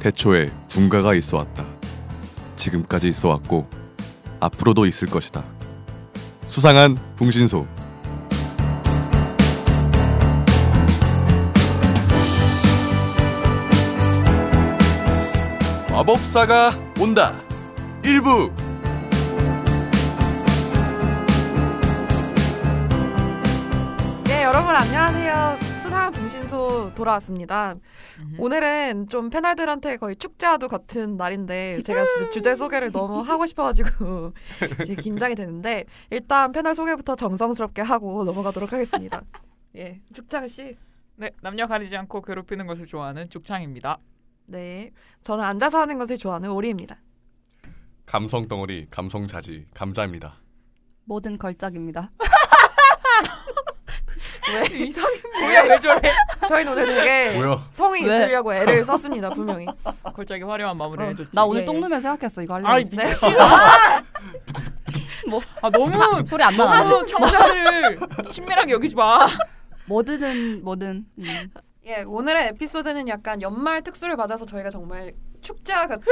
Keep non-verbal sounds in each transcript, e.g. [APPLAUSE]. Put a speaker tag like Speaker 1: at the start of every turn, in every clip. Speaker 1: 태초에 군가가 있어 왔다. 지금까지 있어 왔고 앞으로도 있을 것이다. 수상한 붕신소. 마법사가 온다. 1부
Speaker 2: 네, 여러분 안녕하세요. 수상한 봉신소 돌아왔습니다. 오늘은 좀 패널들한테 거의 축제와도 같은 날인데 제가 진짜 주제 소개를 너무 하고 싶어가지고 [LAUGHS] 이제 긴장이 되는데 일단 패널 소개부터 정성스럽게 하고 넘어가도록 하겠습니다. 예, 죽창 씨.
Speaker 3: 네, 남녀 가리지 않고 괴롭히는 것을 좋아하는 죽창입니다.
Speaker 2: 네, 저는 앉아서 하는 것을 좋아하는 오리입니다.
Speaker 1: 감성 덩어리 감성 자지 감자입니다.
Speaker 4: 모든 걸작입니다.
Speaker 2: 왜?
Speaker 3: 뭐야 왜 저래?
Speaker 2: [LAUGHS] 저희는 오늘 되게
Speaker 1: 뭐야?
Speaker 2: 성이
Speaker 4: 왜?
Speaker 2: 있으려고 애를 썼습니다 분명히.
Speaker 3: 걸작이 화려한 마무리를
Speaker 2: 어,
Speaker 3: 해줬지.
Speaker 4: [LAUGHS] 나
Speaker 2: 예,
Speaker 4: 오늘
Speaker 2: 예.
Speaker 4: 똥 누면 생각했어 이거 하려고
Speaker 3: 아이
Speaker 2: 네.
Speaker 4: 했는데
Speaker 3: 미친.
Speaker 4: 뭐.
Speaker 3: 아 너무
Speaker 4: 소리 안 나나?
Speaker 3: 너무 청자를 친밀하게 여기지 마.
Speaker 4: 뭐든 뭐든 음.
Speaker 2: 예, 오늘의 에피소드는 약간 연말 특수를 맞아서 저희가 정말 축제와
Speaker 3: [LAUGHS]
Speaker 2: 같은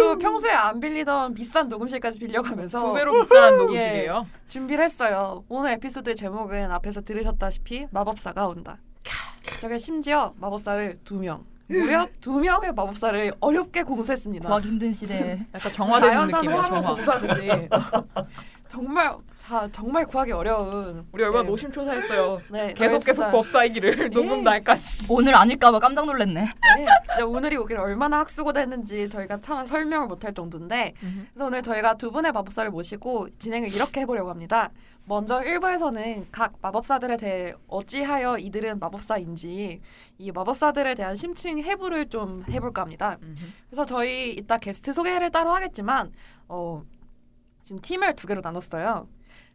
Speaker 2: 또 평소에 안 빌리던 비싼 녹음실까지
Speaker 3: 두
Speaker 2: 빌려가면서
Speaker 3: 배로
Speaker 2: 예.
Speaker 3: 비싼 녹음실이에요.
Speaker 2: 준비를 했어요. 오늘 에피소드의 제목은 앞에서 들으셨다시피 마법사가 온다. 저게 심지어 마법사를 두 명, 무려 두 명의 마법사를 어렵게 공수했습니다.
Speaker 4: 구하기 힘든 시대에
Speaker 3: 약간 정화되는
Speaker 2: 자연산을
Speaker 3: 느낌이야
Speaker 2: 하나
Speaker 3: 정화.
Speaker 2: 공수하듯이 [LAUGHS] 정말 자, 정말 구하기 어려운
Speaker 3: 우리 얼마나
Speaker 2: 네.
Speaker 3: 노심초사했어요.
Speaker 2: 네,
Speaker 3: 계속 계속
Speaker 2: 진짜-
Speaker 3: 법사이기를
Speaker 2: 예.
Speaker 3: 녹음 날까지.
Speaker 4: 오늘 아닐까봐 깜짝 놀랐네.
Speaker 2: 네, 진짜 오늘이 오길 얼마나 학수고됐는지 저희가 참 설명을 못할 정도인데 그래서 오늘 저희가 두 분의 마법사를 모시고 진행을 이렇게 해보려고 합니다. 먼저 1부에서는 각 마법사들에 대해 어찌하여 이들은 마법사인지 이 마법사들에 대한 심층 해부를 좀 해볼까 합니다. 그래서 저희 이따 게스트 소개를 따로 하겠지만 어, 지금 팀을 두 개로 나눴어요.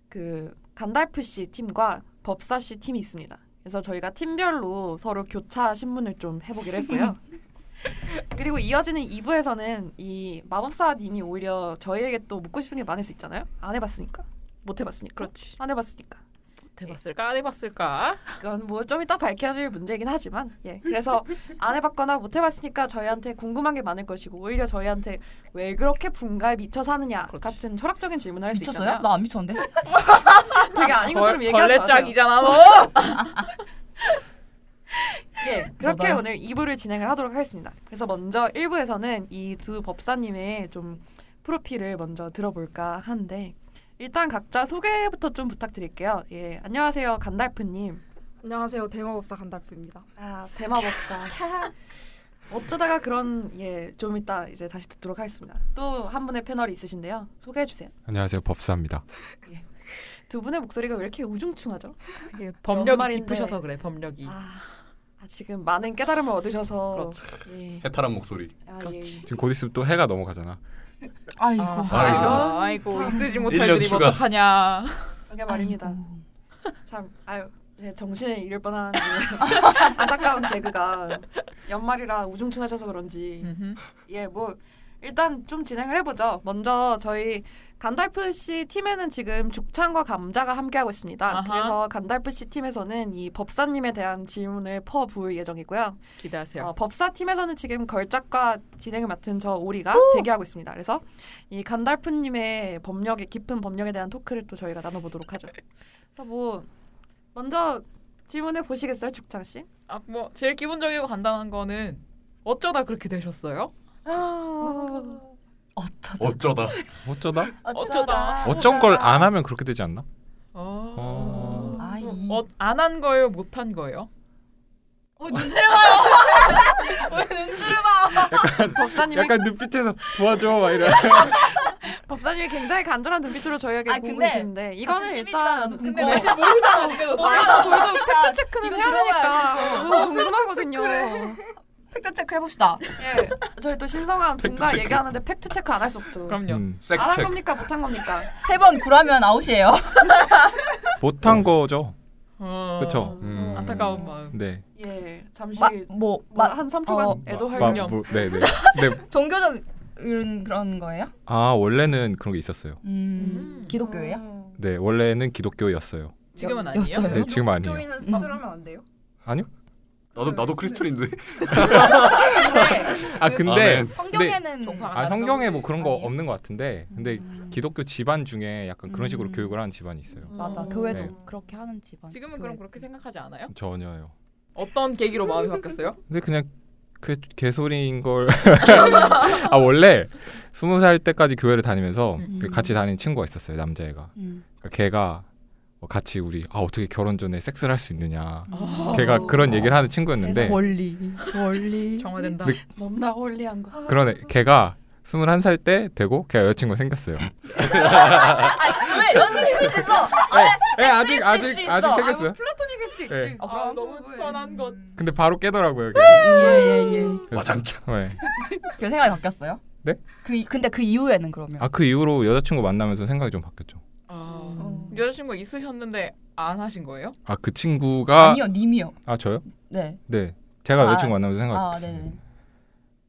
Speaker 2: 그 간달프 씨 팀과 법사 씨 팀이 있습니다. 그래서 저희가 팀별로 서로 교차 신문을 좀 해보기로
Speaker 3: [LAUGHS]
Speaker 2: 했고요. 그리고 이어지는 2부에서는 이 마법사님이 오히려 저희에게 또 묻고 싶은 게 많을 수 있잖아요. 안 해봤으니까, 못 해봤으니까,
Speaker 3: 그렇지.
Speaker 2: 안 해봤으니까.
Speaker 3: 해봤을까 안 해봤을까?
Speaker 2: 그건 뭐 좀 이따 밝혀질 문제긴 하지만 예 그래서 안 해봤거나 못 해봤으니까 저희한테 궁금한 게 많을 것이고 오히려 저희한테 왜 그렇게 분가에 미쳐 사느냐
Speaker 3: 그렇지.
Speaker 2: 같은 철학적인 질문을 할 수
Speaker 4: 미쳤어요?
Speaker 2: 있잖아요
Speaker 4: 나 안 미쳤는데.
Speaker 2: 되게 아닌 것처럼 얘기하지 마세요
Speaker 3: 걸레짝이잖아 너.
Speaker 2: [LAUGHS] 예 그렇게
Speaker 4: 뭐다.
Speaker 2: 오늘 2부를 진행을 하도록 하겠습니다 그래서 먼저 1부에서는 이 두 법사님의 좀 프로필을 먼저 들어볼까 하는데 일단 각자 소개부터 좀 부탁드릴게요 예 안녕하세요 간달프님
Speaker 5: 안녕하세요. 대마법사 간달프입니다.
Speaker 2: 아 대마법사 [LAUGHS] 어쩌다가 그런 예 좀 이따 이제 다시 듣도록 하겠습니다 또 한 분의 패널이 있으신데요 소개해 주세요
Speaker 6: 안녕하세요 법사입니다.
Speaker 2: 두 분의 목소리가 왜 이렇게 우중충하죠
Speaker 3: 법력이
Speaker 2: 연말인데.
Speaker 3: 깊으셔서 그래 법력이.
Speaker 2: 아, 아, 지금 많은 깨달음을 얻으셔서
Speaker 3: 그렇지.
Speaker 2: 예,
Speaker 1: 해탈한 목소리.
Speaker 2: 아,
Speaker 3: 그렇지.
Speaker 6: 지금 곧 있으면 또 해가 넘어가잖아.
Speaker 4: 아이고.
Speaker 3: 아,
Speaker 1: 아이고.
Speaker 3: 아, 아이고
Speaker 2: 참.
Speaker 3: 쓰지
Speaker 1: 일년
Speaker 3: 못할 일이 뭐
Speaker 1: 추가.
Speaker 3: 어떡하냐.
Speaker 2: 예, 그게 말입니다 [LAUGHS] 참 아유 제 정신을 잃을 뻔한 이 [LAUGHS] 안타까운 개그가 연말이라 우중충하셔서 그런지 예, 뭐 일단 좀 진행을 해보죠. 먼저 저희 간달프 씨 팀에는 지금 죽창과 감자가 함께하고 있습니다.
Speaker 3: 아하.
Speaker 2: 그래서 간달프 씨 팀에서는 이 법사님에 대한 질문을 퍼부을 예정이고요.
Speaker 3: 기대하세요.
Speaker 2: 어, 법사 팀에서는 지금 걸작과 진행을 맡은 저 오리가 대기하고 있습니다. 그래서 이 간달프님의 법력의 깊은 법력에 대한 토크를 또 저희가 나눠보도록 하죠. 그래서 뭐 먼저 질문해 보시겠어요, 죽창 씨?
Speaker 3: 아 뭐 제일 기본적이고 간단한 거는 어쩌다 그렇게 되셨어요?
Speaker 4: 어쩌다.
Speaker 1: 어쩌다.
Speaker 6: 어쩌다?
Speaker 3: 어쩌다.
Speaker 6: 어쩐 걸 아. 안 하면 그렇게 되지 않나?
Speaker 3: 어.
Speaker 4: 아이.
Speaker 3: 어, 안 한 거예요, 못 한 거예요?
Speaker 4: 어, 눈치를 봐요.
Speaker 2: 법사님이 아,
Speaker 6: 약간 눈빛에서 도와줘 막 이래.
Speaker 2: 법사님이 굉장히 간절한 눈빛으로 저희에게
Speaker 4: 아,
Speaker 2: 보고
Speaker 4: 근데
Speaker 2: 계시는데 이거는
Speaker 4: 같은
Speaker 2: 일단
Speaker 4: 팀이지만
Speaker 3: 근데
Speaker 4: 궁금해.
Speaker 3: 내실 모르잖아, 근데 너 다.
Speaker 2: 우리가 저희도 팩트 체크는
Speaker 4: 이거
Speaker 2: 해야 되니까 너무 궁금하거든요.
Speaker 4: 팩트 체크 해봅시다.
Speaker 2: 예, 저희 또 신성한
Speaker 1: 팩트
Speaker 2: 분가
Speaker 1: 체크.
Speaker 2: 얘기하는데 팩트 체크 안 할 수 없죠.
Speaker 3: 그럼요.
Speaker 6: 음.
Speaker 2: 안 한
Speaker 1: 섹스 체크.
Speaker 2: 겁니까 못한 겁니까?
Speaker 4: 세 번 구라면 아웃이에요.
Speaker 6: 못한 거죠.
Speaker 3: 어.
Speaker 6: 그쵸.
Speaker 1: 음.
Speaker 3: 안타까운 마음.
Speaker 6: 네.
Speaker 2: 예, 잠시
Speaker 4: 뭐,
Speaker 2: 뭐
Speaker 4: 마,
Speaker 2: 한 3초간
Speaker 4: 어.
Speaker 2: 애도할 겸.
Speaker 6: 뭐, 네네. 네.
Speaker 4: 종교적 이런 그런 거예요?
Speaker 6: 아 원래는 그런 게 있었어요.
Speaker 4: 음. 기독교예요?
Speaker 5: 어.
Speaker 6: 네 원래는 기독교였어요.
Speaker 3: 지금은
Speaker 4: 여-
Speaker 3: 아니에요?
Speaker 4: 였어요?
Speaker 6: 네 지금 아니에요.
Speaker 4: 음.
Speaker 5: 학교인은 씁쓸하면 안 돼요?
Speaker 6: 아니요?
Speaker 1: 나도 나도 크리스천인데.
Speaker 6: 음.
Speaker 4: 근데
Speaker 6: 아
Speaker 4: 네.
Speaker 6: 근데
Speaker 4: 성경에는
Speaker 3: 종파.
Speaker 6: 아 성경에 뭐 그런 거
Speaker 4: 아니에요?
Speaker 6: 없는 것 같은데 근데 기독교 집안 중에 약간 그런 식으로
Speaker 4: 음.
Speaker 6: 교육을 하는 집안이 있어요.
Speaker 4: 맞아
Speaker 2: 음.
Speaker 4: 교회도
Speaker 6: 네.
Speaker 4: 그렇게 하는 집안.
Speaker 3: 지금은
Speaker 4: 교회.
Speaker 3: 그럼 그렇게 생각하지 않아요?
Speaker 6: 전혀요.
Speaker 3: 어떤 계기로 마음이 바뀌었어요?
Speaker 6: 근데 그냥 그 개소리인 걸. [LAUGHS] 아 원래 스무 살 때까지 교회를 다니면서
Speaker 3: 음.
Speaker 6: 그 같이 다니는 친구가 있었어요 남자애가.
Speaker 4: 음.
Speaker 6: 그러니까 걔가 뭐 같이 우리 아 어떻게 결혼 전에 섹스를 할 수 있느냐.
Speaker 3: 아,
Speaker 6: 걔가 그런 얘기를 하는 친구였는데
Speaker 4: 원리
Speaker 3: [LAUGHS]
Speaker 4: 원리.
Speaker 3: 정화된다.
Speaker 6: 네.
Speaker 2: 너무나 홀리한
Speaker 1: 아,
Speaker 2: 거.
Speaker 6: 그러네 걔가 21살 때 되고 걔가 여자친구가 생겼어요.
Speaker 4: 왜 여전히 있을 수 있어? 네.
Speaker 6: 에 예, 아직
Speaker 4: 아직-
Speaker 6: 아직
Speaker 4: 아직
Speaker 6: 아직
Speaker 2: 아,
Speaker 6: 생겼어요.
Speaker 2: 뭐 플라토닉일 수도 있지.
Speaker 1: 예.
Speaker 6: 네.
Speaker 3: 아,
Speaker 2: 그럼 뭐, 예.
Speaker 3: 너무
Speaker 2: 왜.
Speaker 3: 뻔한 것.
Speaker 4: 음.
Speaker 6: 근데 바로 깨더라고요.
Speaker 4: 예예 예.
Speaker 1: 와장창.
Speaker 6: 네.
Speaker 4: 그 생각이 바뀌었어요?
Speaker 6: 네?
Speaker 4: 그 이- 근데 그 이후에는 그러면
Speaker 6: 아그 이후로 여자친구 만나면서 생각이 좀 바뀌었죠.
Speaker 3: 아,
Speaker 5: 어.
Speaker 3: 여자친구 있으셨는데 안 하신 거예요?
Speaker 6: 아 그 친구가
Speaker 4: 아니요 님이요.
Speaker 6: 아 저요?
Speaker 4: 네.
Speaker 6: 네 제가
Speaker 4: 아,
Speaker 6: 여자친구 만나면서 생각.
Speaker 4: 아 네네.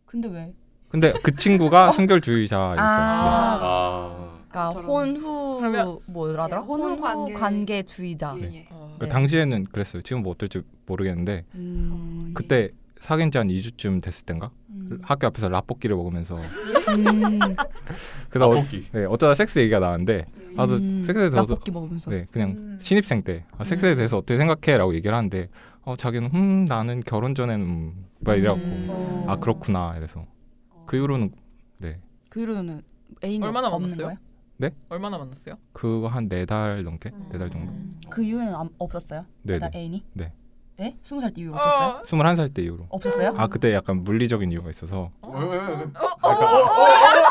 Speaker 4: 근데 왜?
Speaker 6: 근데 그 친구가 순결주의자였어요.
Speaker 4: 아.
Speaker 6: 네.
Speaker 1: 아.
Speaker 4: 그러니까
Speaker 5: 저런.
Speaker 4: 혼후
Speaker 3: 그러면-
Speaker 4: 뭐라더라?
Speaker 2: 예, 혼후 관계-
Speaker 4: 관계주의자.
Speaker 2: 예,
Speaker 6: 네.
Speaker 2: 예.
Speaker 3: 어.
Speaker 6: 그
Speaker 4: 네.
Speaker 6: 당시에는 그랬어요. 지금 뭐 어떨지 모르겠는데
Speaker 4: 음.
Speaker 6: 그때 그, 사귄 지 한 2주쯤 됐을 땐가
Speaker 4: 음.
Speaker 6: 학교 앞에서 라볶이를 먹으면서
Speaker 4: 음.
Speaker 6: 그다 어,
Speaker 1: 떡볶이.
Speaker 6: 네 어쩌다 섹스 얘기가 나왔는데 아저
Speaker 4: 음.
Speaker 6: 섹스에 대해서
Speaker 4: 떡볶이 먹으면서.
Speaker 6: 네 그냥
Speaker 5: 음.
Speaker 6: 신입생 때 아, 섹스에
Speaker 4: 음.
Speaker 6: 대해서 어떻게 생각해라고 얘기를 하는데 어 자기는 음 나는 결혼 전에는 음, 막 이래갖고
Speaker 3: 음.
Speaker 6: 아 그렇구나 이래서
Speaker 2: 어.
Speaker 6: 그 이후로는 네
Speaker 4: 그 이후로는 애인이
Speaker 3: 얼마나
Speaker 4: 없는
Speaker 3: 만났어요?
Speaker 4: 거예요?
Speaker 3: 얼마나 만났어요?
Speaker 6: 그거 한 네 달 넘게 네 달 정도
Speaker 4: 그 이후에는 안- 없었어요?
Speaker 6: 네네.
Speaker 4: 나 애인이?
Speaker 6: 네.
Speaker 4: 예? 스무 살 때 이후로 없었어요?
Speaker 6: 스물한 살 때 이후로
Speaker 4: 없었어요?
Speaker 6: 아 그때 약간 물리적인 이유가 있어서
Speaker 1: 아, 그러니까
Speaker 2: 어?
Speaker 1: 어,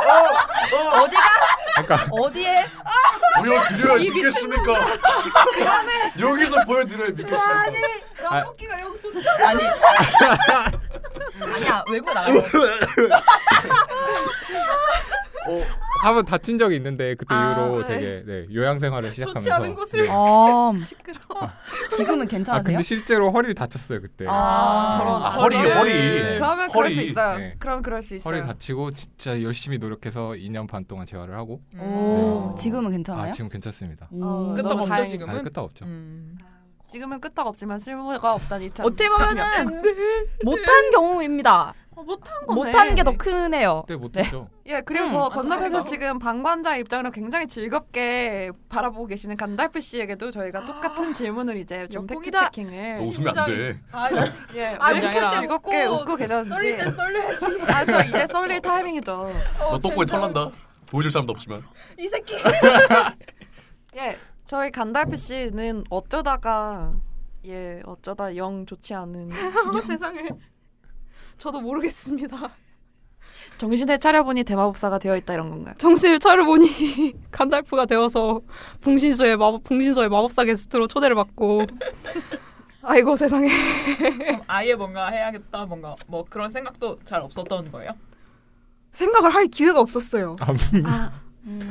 Speaker 4: 어디가?
Speaker 6: 아까
Speaker 4: 어디에?
Speaker 1: 보여드려야 믿겠습니까? 여기서 보여드려야 믿겠습니까?
Speaker 6: 아,
Speaker 5: 떡볶이가 영 좋지.
Speaker 4: 아니. 아니야 외국 나가서.
Speaker 1: 어,
Speaker 6: 한 번 다친 적이 있는데 그때
Speaker 2: 아,
Speaker 6: 이후로
Speaker 2: 네.
Speaker 6: 되게 네, 요양 생활을 시작하면서
Speaker 5: 좋지 않은 곳을.
Speaker 6: 네.
Speaker 4: 어.
Speaker 5: 시끄러워.
Speaker 4: 지금은
Speaker 6: 아
Speaker 4: 괜찮으세요?
Speaker 6: 근데 실제로 허리를 다쳤어요 그때
Speaker 4: 아,
Speaker 2: 저런.
Speaker 1: 아, 허리
Speaker 3: 네.
Speaker 1: 허리.
Speaker 6: 네.
Speaker 2: 그러면 그럴
Speaker 1: 허리. 예.
Speaker 2: 수 있어요.
Speaker 6: 네.
Speaker 2: 그럼 그럴 수 있어요.
Speaker 6: 허리 다치고 진짜 열심히 노력해서 2년 반 동안 재활을 하고
Speaker 4: 오
Speaker 6: 네.
Speaker 4: 어, 지금은
Speaker 6: 아
Speaker 4: 괜찮아요? 음.
Speaker 6: 지금 괜찮습니다
Speaker 4: 오.
Speaker 2: 끝도
Speaker 3: 끄떡
Speaker 2: 너무
Speaker 3: 없죠
Speaker 2: 다행이다.
Speaker 3: 음. 지금은?
Speaker 6: 아니 끄떡 없죠
Speaker 3: 음.
Speaker 2: 지금은 끄떡 없지만 쓸모가 없다니 참.
Speaker 4: 어떻게 보면은 네. 못한 경우입니다.
Speaker 2: 어, 못한 거네.
Speaker 4: 못한 게 더 크네요.
Speaker 6: 그때 못했죠
Speaker 2: 예, 그리고
Speaker 4: 음,
Speaker 2: 저 건너편에서
Speaker 3: 안타깝다.
Speaker 2: 지금 방관자 입장으로 굉장히 즐겁게 바라보고 계시는 간달프 씨에게도 저희가 똑같은 질문을 이제 좀 팩트
Speaker 3: 역공이다.
Speaker 2: 체킹을.
Speaker 1: 너 웃으면 안 돼.
Speaker 5: 아,
Speaker 2: 예,
Speaker 5: 아,
Speaker 2: 왜 이렇게
Speaker 3: 아니라.
Speaker 2: 즐겁게
Speaker 5: 웃고
Speaker 2: 웃고
Speaker 4: 네.
Speaker 2: 계셨는지.
Speaker 5: 썰려야지.
Speaker 4: [LAUGHS]
Speaker 2: 아, 저 이제 쏠릴 타이밍이죠.
Speaker 4: 아, 어,
Speaker 1: 너 떡볶이 털난다. 보여줄 사람도 없지만.
Speaker 5: 이 새끼.
Speaker 2: 예, 저희 간달프 씨는 어쩌다가 예, 어쩌다 영 좋지 않은
Speaker 5: [LAUGHS] 세상에. 저도 모르겠습니다. [LAUGHS]
Speaker 2: 정신을 차려보니 대마법사가 되어 있다 이런 건가요?
Speaker 5: 정신을 차려보니 [LAUGHS] 간달프가 되어서 봉신소의 마법 봉신소의 마법사 게스트로 초대를 받고 [LAUGHS] 아이고 세상에.
Speaker 3: 그럼 아예 뭔가 해야겠다 뭔가 뭐 그런 생각도 잘 없었던 거예요?
Speaker 5: 생각을 할 기회가 없었어요.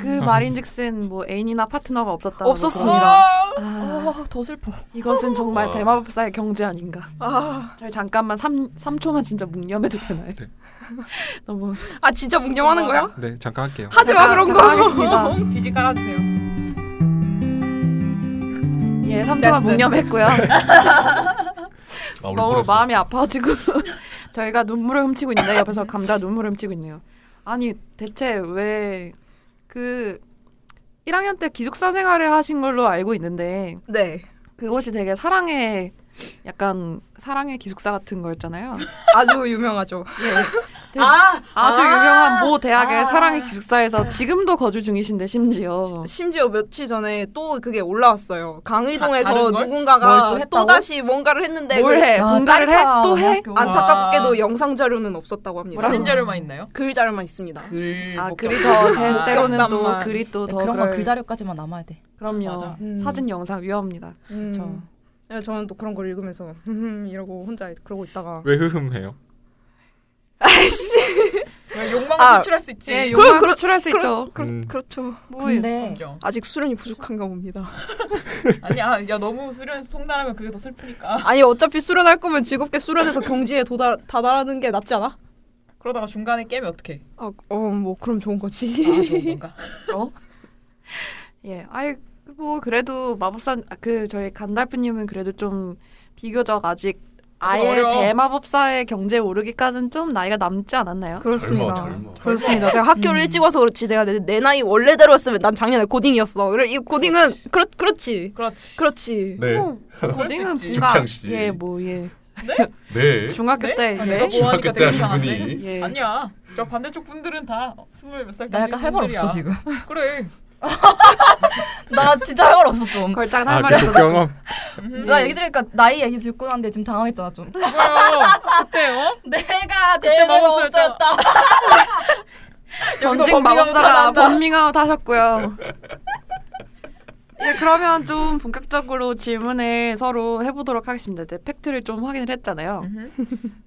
Speaker 2: 그 말인즉슨 뭐 애인이나 파트너가 없었다.
Speaker 5: 없었습니다.
Speaker 2: 아,
Speaker 4: 아, 더 슬퍼.
Speaker 2: 이것은 정말
Speaker 1: 아.
Speaker 2: 대마법사의 경제 아닌가.
Speaker 5: 아,
Speaker 2: 저희 잠깐만 3, 삼초만 진짜 묵념해도 되나요?
Speaker 6: 네.
Speaker 2: [LAUGHS] 너무
Speaker 5: 아 진짜 묵념하는 거야?
Speaker 6: 네 잠깐 할게요
Speaker 5: 하지 마 그런
Speaker 3: [LAUGHS]
Speaker 5: 거.
Speaker 2: 하겠습니다.
Speaker 3: 비지 깔아주세요.
Speaker 2: 예, 3초만
Speaker 3: 됐어.
Speaker 2: 묵념했고요.
Speaker 5: 네.
Speaker 1: 아, 울
Speaker 2: 너무
Speaker 1: 뻔했어.
Speaker 2: 마음이 아파가지고 [LAUGHS] 저희가 눈물을 훔치고 있는데 옆에서 감자 눈물을 훔치고 있네요. 아니 대체 왜 그 1학년 때 기숙사 생활을 하신 걸로 알고 있는데
Speaker 5: 네.
Speaker 2: 그것이 되게 사랑의 약간 사랑의 기숙사 같은 거였잖아요.
Speaker 5: 아주 유명하죠.
Speaker 2: 되게 아주 유명한 모 대학의 사랑의 기숙사에서 지금도 거주 중이신데 심지어
Speaker 5: 심지어 며칠 전에 또 그게 올라왔어요. 강의동에서
Speaker 3: 다른 걸?
Speaker 5: 누군가가
Speaker 4: 뭘또 했다고?
Speaker 5: 또 다시 뭔가를 했는데 그
Speaker 2: 뭘 해?
Speaker 4: 야,
Speaker 2: 분가를 해?
Speaker 4: 아, 짜릿하다.
Speaker 2: 또 해?
Speaker 4: 학교.
Speaker 5: 안타깝게도 영상 자료는 없었다고 합니다.
Speaker 2: 뭐라고?
Speaker 3: 사진 자료만 있나요?
Speaker 5: 글 자료만 있습니다.
Speaker 3: 글. 그러니까
Speaker 2: 아
Speaker 3: 못
Speaker 2: 글이
Speaker 3: 겪었구나.
Speaker 2: 더 제- 때로는 또
Speaker 5: 깜깜한.
Speaker 2: 글이 또 더
Speaker 4: 네, 그런
Speaker 2: 그럴-
Speaker 4: 거글 자료까지만 남아야 돼.
Speaker 2: 그럼요
Speaker 3: 맞아.
Speaker 5: 음.
Speaker 2: 사진 영상 위험합니다.
Speaker 5: 음.
Speaker 4: 그쵸.
Speaker 5: 네, 저는 또 그런 걸 읽으면서 [LAUGHS] 흠흠 이러고 혼자 그러고 있다가
Speaker 6: 왜 흐흠해요?
Speaker 3: 왜 욕망을
Speaker 5: 아,
Speaker 3: 표출할 수 있지.
Speaker 2: 예,
Speaker 5: 욕-
Speaker 2: 욕망
Speaker 5: 그럼-
Speaker 2: 표출할 수 있죠.
Speaker 5: 그렇,
Speaker 6: 음.
Speaker 5: 그렇죠.
Speaker 2: 뭐,
Speaker 4: 근데
Speaker 3: 그럼요.
Speaker 5: 아직 수련이 부족한가 봅니다.
Speaker 3: 아니야, 야 너무 수련 송달하면 그게 더 슬프니까.
Speaker 7: [LAUGHS] 아니 어차피 수련할 거면 즐겁게 수련해서 경지에 도달 다다라는 게 낫지 않아?
Speaker 3: 그러다가 중간에 깨면 어떡해?
Speaker 5: 아, 어, 뭐 그럼 좋은 거지.
Speaker 3: 아, 좋은 건가?
Speaker 2: 예, 아이 뭐 그래도 마법사 아, 그 저희 간달프님은 그래도 좀 비교적 아직 아예
Speaker 3: 어려워.
Speaker 2: 대마법사의 경제에 오르기까지는 좀 나이가 남지 않았나요?
Speaker 5: [LAUGHS] 그렇습니다.
Speaker 1: 아, 젊어,
Speaker 2: 음.
Speaker 1: 젊어.
Speaker 5: 그렇습니다. 제가
Speaker 7: 음.
Speaker 5: 학교를 일찍 와서 그렇지 내가 내, 내 나이 원래대로였으면 난 작년에 고딩이었어. 그래, 이 고딩은 그렇 그렇지.
Speaker 2: [LAUGHS]
Speaker 3: 그렇지.
Speaker 5: 그렇지.
Speaker 1: 네.
Speaker 2: 음. 고딩은
Speaker 3: 있지.
Speaker 2: 어, 분가
Speaker 1: 죽창 씨.
Speaker 2: 예뭐 예.
Speaker 1: 네.
Speaker 2: 중학교
Speaker 3: 네?
Speaker 2: 때
Speaker 3: 아니,
Speaker 2: 예.
Speaker 3: 너무
Speaker 1: 중학교 때
Speaker 3: 하니까 되게
Speaker 1: 하신
Speaker 3: 이상한데?
Speaker 1: 분이
Speaker 2: 예.
Speaker 3: 아니야. 저 반대쪽 분들은 다 스물 몇살
Speaker 4: 나 약간 할 말 없어 지금.
Speaker 3: 그래.
Speaker 4: 나 진짜 할 말 없어 좀.
Speaker 2: 걸작은 할
Speaker 6: 아,
Speaker 2: 말이 없어.
Speaker 6: 그 경험.
Speaker 3: 음.
Speaker 4: 나 얘기 들으니까 나이 얘기 듣고 난데 지금 당황했잖아 좀.
Speaker 3: 뭐야. 그때 어?
Speaker 4: [LAUGHS] 내가
Speaker 3: 마법사였잖아.
Speaker 4: 대마법사였다.
Speaker 2: 전직 마법사가 범밍아웃 하셨고요. [LAUGHS] 예, 그러면 좀 본격적으로 질문을 서로 해보도록 하겠습니다. 네, 팩트를 좀 확인을 했잖아요.
Speaker 3: 음흠.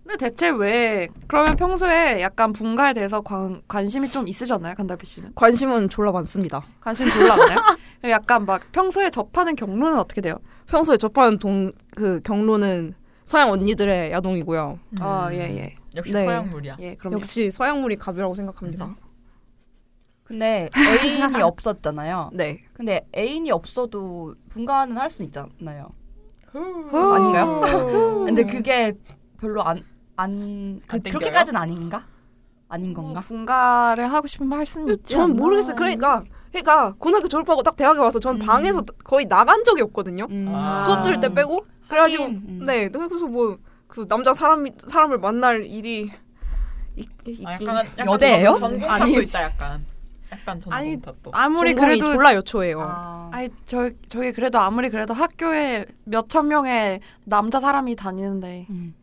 Speaker 2: 근데 대체 왜 그러면 평소에 약간 분가에 대해서 관, 관심이 좀 있으셨나요, 간달피 씨는?
Speaker 5: 관심은 졸라 많습니다.
Speaker 2: 관심 별로
Speaker 5: [LAUGHS]
Speaker 2: 없나요? 그리고 약간 막 평소에 접하는 경로는 어떻게 돼요?
Speaker 5: 평소에 접하는 동 그 경로는 서양 언니들의 야동이고요.
Speaker 2: 아, 예, 예,
Speaker 3: 음, 역시
Speaker 5: 네.
Speaker 3: 서양물이야.
Speaker 2: 예, 그럼요.
Speaker 5: 역시 서양물이 갑이라고 생각합니다.
Speaker 4: 근데 애인이 없었잖아요.
Speaker 5: 네.
Speaker 4: 근데 애인이 없어도 분가는 할 수 있잖아요.
Speaker 5: 음.
Speaker 3: 후.
Speaker 2: 음.
Speaker 4: [LAUGHS] 아닌가요? 근데 그게 별로 안안
Speaker 3: 안 땡겨요?
Speaker 4: 그렇게까지는 아닌가? 아닌
Speaker 2: 뭔가
Speaker 4: 건가?
Speaker 2: 뭐 분가를 하고 싶으면 할 수는 있지
Speaker 5: 전
Speaker 2: 않나?
Speaker 5: 모르겠어요. 그러니까 그러니까 고등학교 졸업하고 딱 대학에 와서 전 방에서 거의 나간 적이 없거든요.
Speaker 4: 음.
Speaker 3: 아.
Speaker 5: 수업 들을 때 빼고 그래가지고
Speaker 4: 하긴, 음.
Speaker 5: 네 그래서 뭐 그 남자 사람 사람을 만날 일이 있, 있,
Speaker 3: 아,
Speaker 5: 있긴
Speaker 3: 약간 약간
Speaker 4: 여대예요?
Speaker 3: 전공탑도
Speaker 2: 아니.
Speaker 3: 있다 약간. 약간
Speaker 2: 아니,
Speaker 3: 전공탑도.
Speaker 2: 아무리
Speaker 5: 전공이
Speaker 2: 그래도
Speaker 5: 졸라 요초예요.
Speaker 4: 아.
Speaker 2: 아니 저 저게 그래도 아무리 그래도 학교에 몇 천 명의 남자 사람이 다니는데
Speaker 4: 음.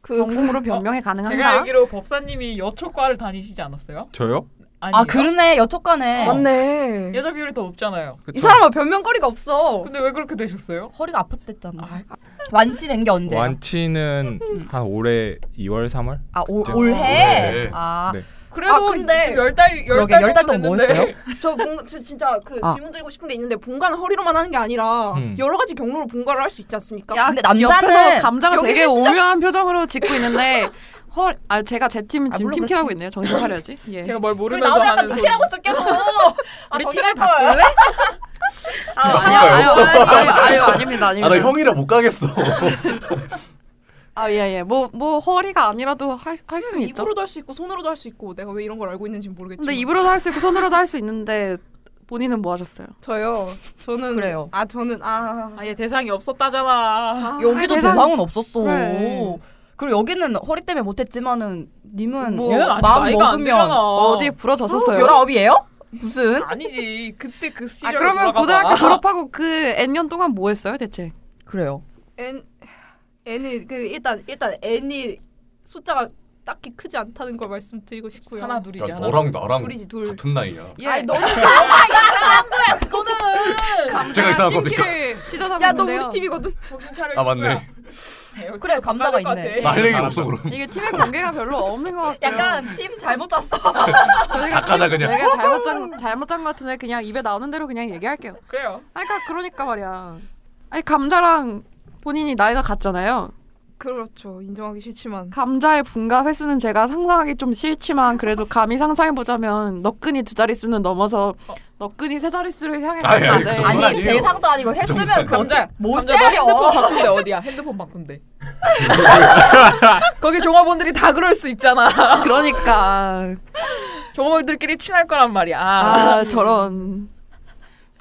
Speaker 5: 그
Speaker 2: 전공으로 변명이
Speaker 3: 제가
Speaker 2: 가능한가?
Speaker 3: 알기로 법사님이 여초과를 다니시지 않았어요?
Speaker 6: 저요?
Speaker 3: 아니에요?
Speaker 4: 아 그러네
Speaker 5: 어.
Speaker 4: 여초과네.
Speaker 5: 맞네.
Speaker 3: 여자 비율이 더 높잖아요.
Speaker 6: 그쵸.
Speaker 7: 이 사람은 변명거리가 없어.
Speaker 3: 근데 왜 그렇게 되셨어요?
Speaker 4: 허리가 아팠댔잖아.
Speaker 3: 아,
Speaker 4: 완치된 게 언제?
Speaker 6: 완치는 한 올해 2월 3월?
Speaker 4: 아 올,
Speaker 6: 그죠?
Speaker 4: 올해.
Speaker 1: 올해.
Speaker 4: 아
Speaker 6: 네.
Speaker 3: 그래도
Speaker 5: 아, 근데-
Speaker 3: 지금 열 달, 열
Speaker 4: 그러게,
Speaker 3: 달
Speaker 4: 열달 동안
Speaker 3: 정도
Speaker 4: 뭐
Speaker 3: 됐는데.
Speaker 5: 그, 저 뭔가 저 진짜 그
Speaker 4: 아.
Speaker 5: 질문 드리고 싶은 게 있는데 분가는 허리로만 하는 게 아니라
Speaker 6: 음.
Speaker 5: 여러 가지 경로로 분가를 할 수 있지 않습니까?
Speaker 4: 야, 그러니까 근데
Speaker 2: 옆에서
Speaker 4: 남자는
Speaker 2: 감정을
Speaker 5: 여기
Speaker 2: 되게
Speaker 5: 진짜-
Speaker 2: 오묘한 표정으로 짓고 있는데 헐, 아 제가 제 팀 지금
Speaker 5: 물론
Speaker 2: 팀킬하고 있네요. 정신 차려야지. 예.
Speaker 3: 제가 뭘
Speaker 4: 우리
Speaker 3: 모르면서
Speaker 4: 나도
Speaker 3: 하는
Speaker 4: 약간 [LAUGHS]
Speaker 3: 소리.
Speaker 4: 디테일하고 있어 계속. 아
Speaker 3: 우리
Speaker 4: 저기
Speaker 3: 팀을
Speaker 4: 갈 거예요.
Speaker 2: 아, 아니요, 아니요, 아니요, 아니요, 아닙니다, 아닙니다.
Speaker 1: 아나 형이라 못 가겠어.
Speaker 2: 아, 예, 예, 뭐, 뭐 허리가 아니라도 할, 할 수는 있죠.
Speaker 5: 입으로도 할 수 있고 손으로도 할 수 있고 내가 왜 이런 걸 알고 있는지 모르겠지만
Speaker 2: 근데 입으로도 할 수 있고 손으로도 할 수 있는데 본인은 뭐 하셨어요?
Speaker 5: 저요 저는
Speaker 4: 그래요.
Speaker 5: 아 저는 아
Speaker 3: 아예 대상이 없었다잖아.
Speaker 5: 아,
Speaker 4: 여기도
Speaker 2: 대상-
Speaker 4: 대상은 없었어.
Speaker 2: 그래.
Speaker 4: 그리고 여기는 허리 때문에 못했지만은 님은 어,
Speaker 3: 뭐, 얘는 아직
Speaker 4: 마음
Speaker 3: 나이가 안
Speaker 4: 먹으면
Speaker 3: 되잖아.
Speaker 2: 어. 디 부러졌었어요?
Speaker 4: 열아홉이에요? 무슨?
Speaker 3: 아니지. 그때 그 시절
Speaker 2: 아 그러면 고등학교 졸업하고 그 N 년 동안 뭐 했어요 대체?
Speaker 4: 그래요.
Speaker 5: N N이 그 일단 일단 N이 숫자가 딱히 크지 않다는 걸 말씀드리고 싶고요.
Speaker 3: 하나 둘이지
Speaker 1: 야,
Speaker 3: 하나.
Speaker 1: [LAUGHS] 너랑 나랑
Speaker 5: 둘이지 둘.
Speaker 1: 같은 나이야.
Speaker 2: 예.
Speaker 5: 아니 너무
Speaker 1: 제가 이상한 겁니까?
Speaker 2: 시전하고
Speaker 7: 야, 너
Speaker 2: 있는데요.
Speaker 7: 우리 팀이거든.
Speaker 3: 정신 차려.
Speaker 1: 아 맞네.
Speaker 4: 그래, 감자가
Speaker 3: 아,
Speaker 4: 있네.
Speaker 1: 나 할 얘기 없어 그럼.
Speaker 2: 이게 팀의 관계가 별로 없는 것 같아요.
Speaker 4: 약간 팀 잘못 짰어.
Speaker 2: 저희가
Speaker 8: 아,
Speaker 1: 가자, 그냥.
Speaker 2: 내가 잘못 짠 잘못 짠것 같은데 그냥 입에 나오는 대로 그냥 얘기할게요.
Speaker 3: 그래요.
Speaker 2: 아 그러니까 그러니까 말이야. 아니 감자랑 본인이 나이가 같잖아요.
Speaker 5: 그렇죠 인정하기 싫지만
Speaker 2: 감자의 분가 횟수는 제가 상상하기 좀 싫지만 그래도 감히 상상해 보자면 너끈이 두 자릿수는 넘어서 너끈이 세 자릿수를 향해
Speaker 1: 아니, 아니,
Speaker 2: 갔는데
Speaker 1: 그 정도는
Speaker 4: 아니
Speaker 1: 아니에요.
Speaker 4: 대상도 아니고 했으면 그
Speaker 3: 감자.
Speaker 4: 어째 못
Speaker 3: 감자, 너
Speaker 4: 세요.
Speaker 3: 핸드폰 바꾼데 어디야? 핸드폰 바꾼데. 거기 종업원들이 다 그럴 수 있잖아.
Speaker 2: 그러니까
Speaker 3: 종업원들끼리 친할 거란 말이야.
Speaker 2: 아 저런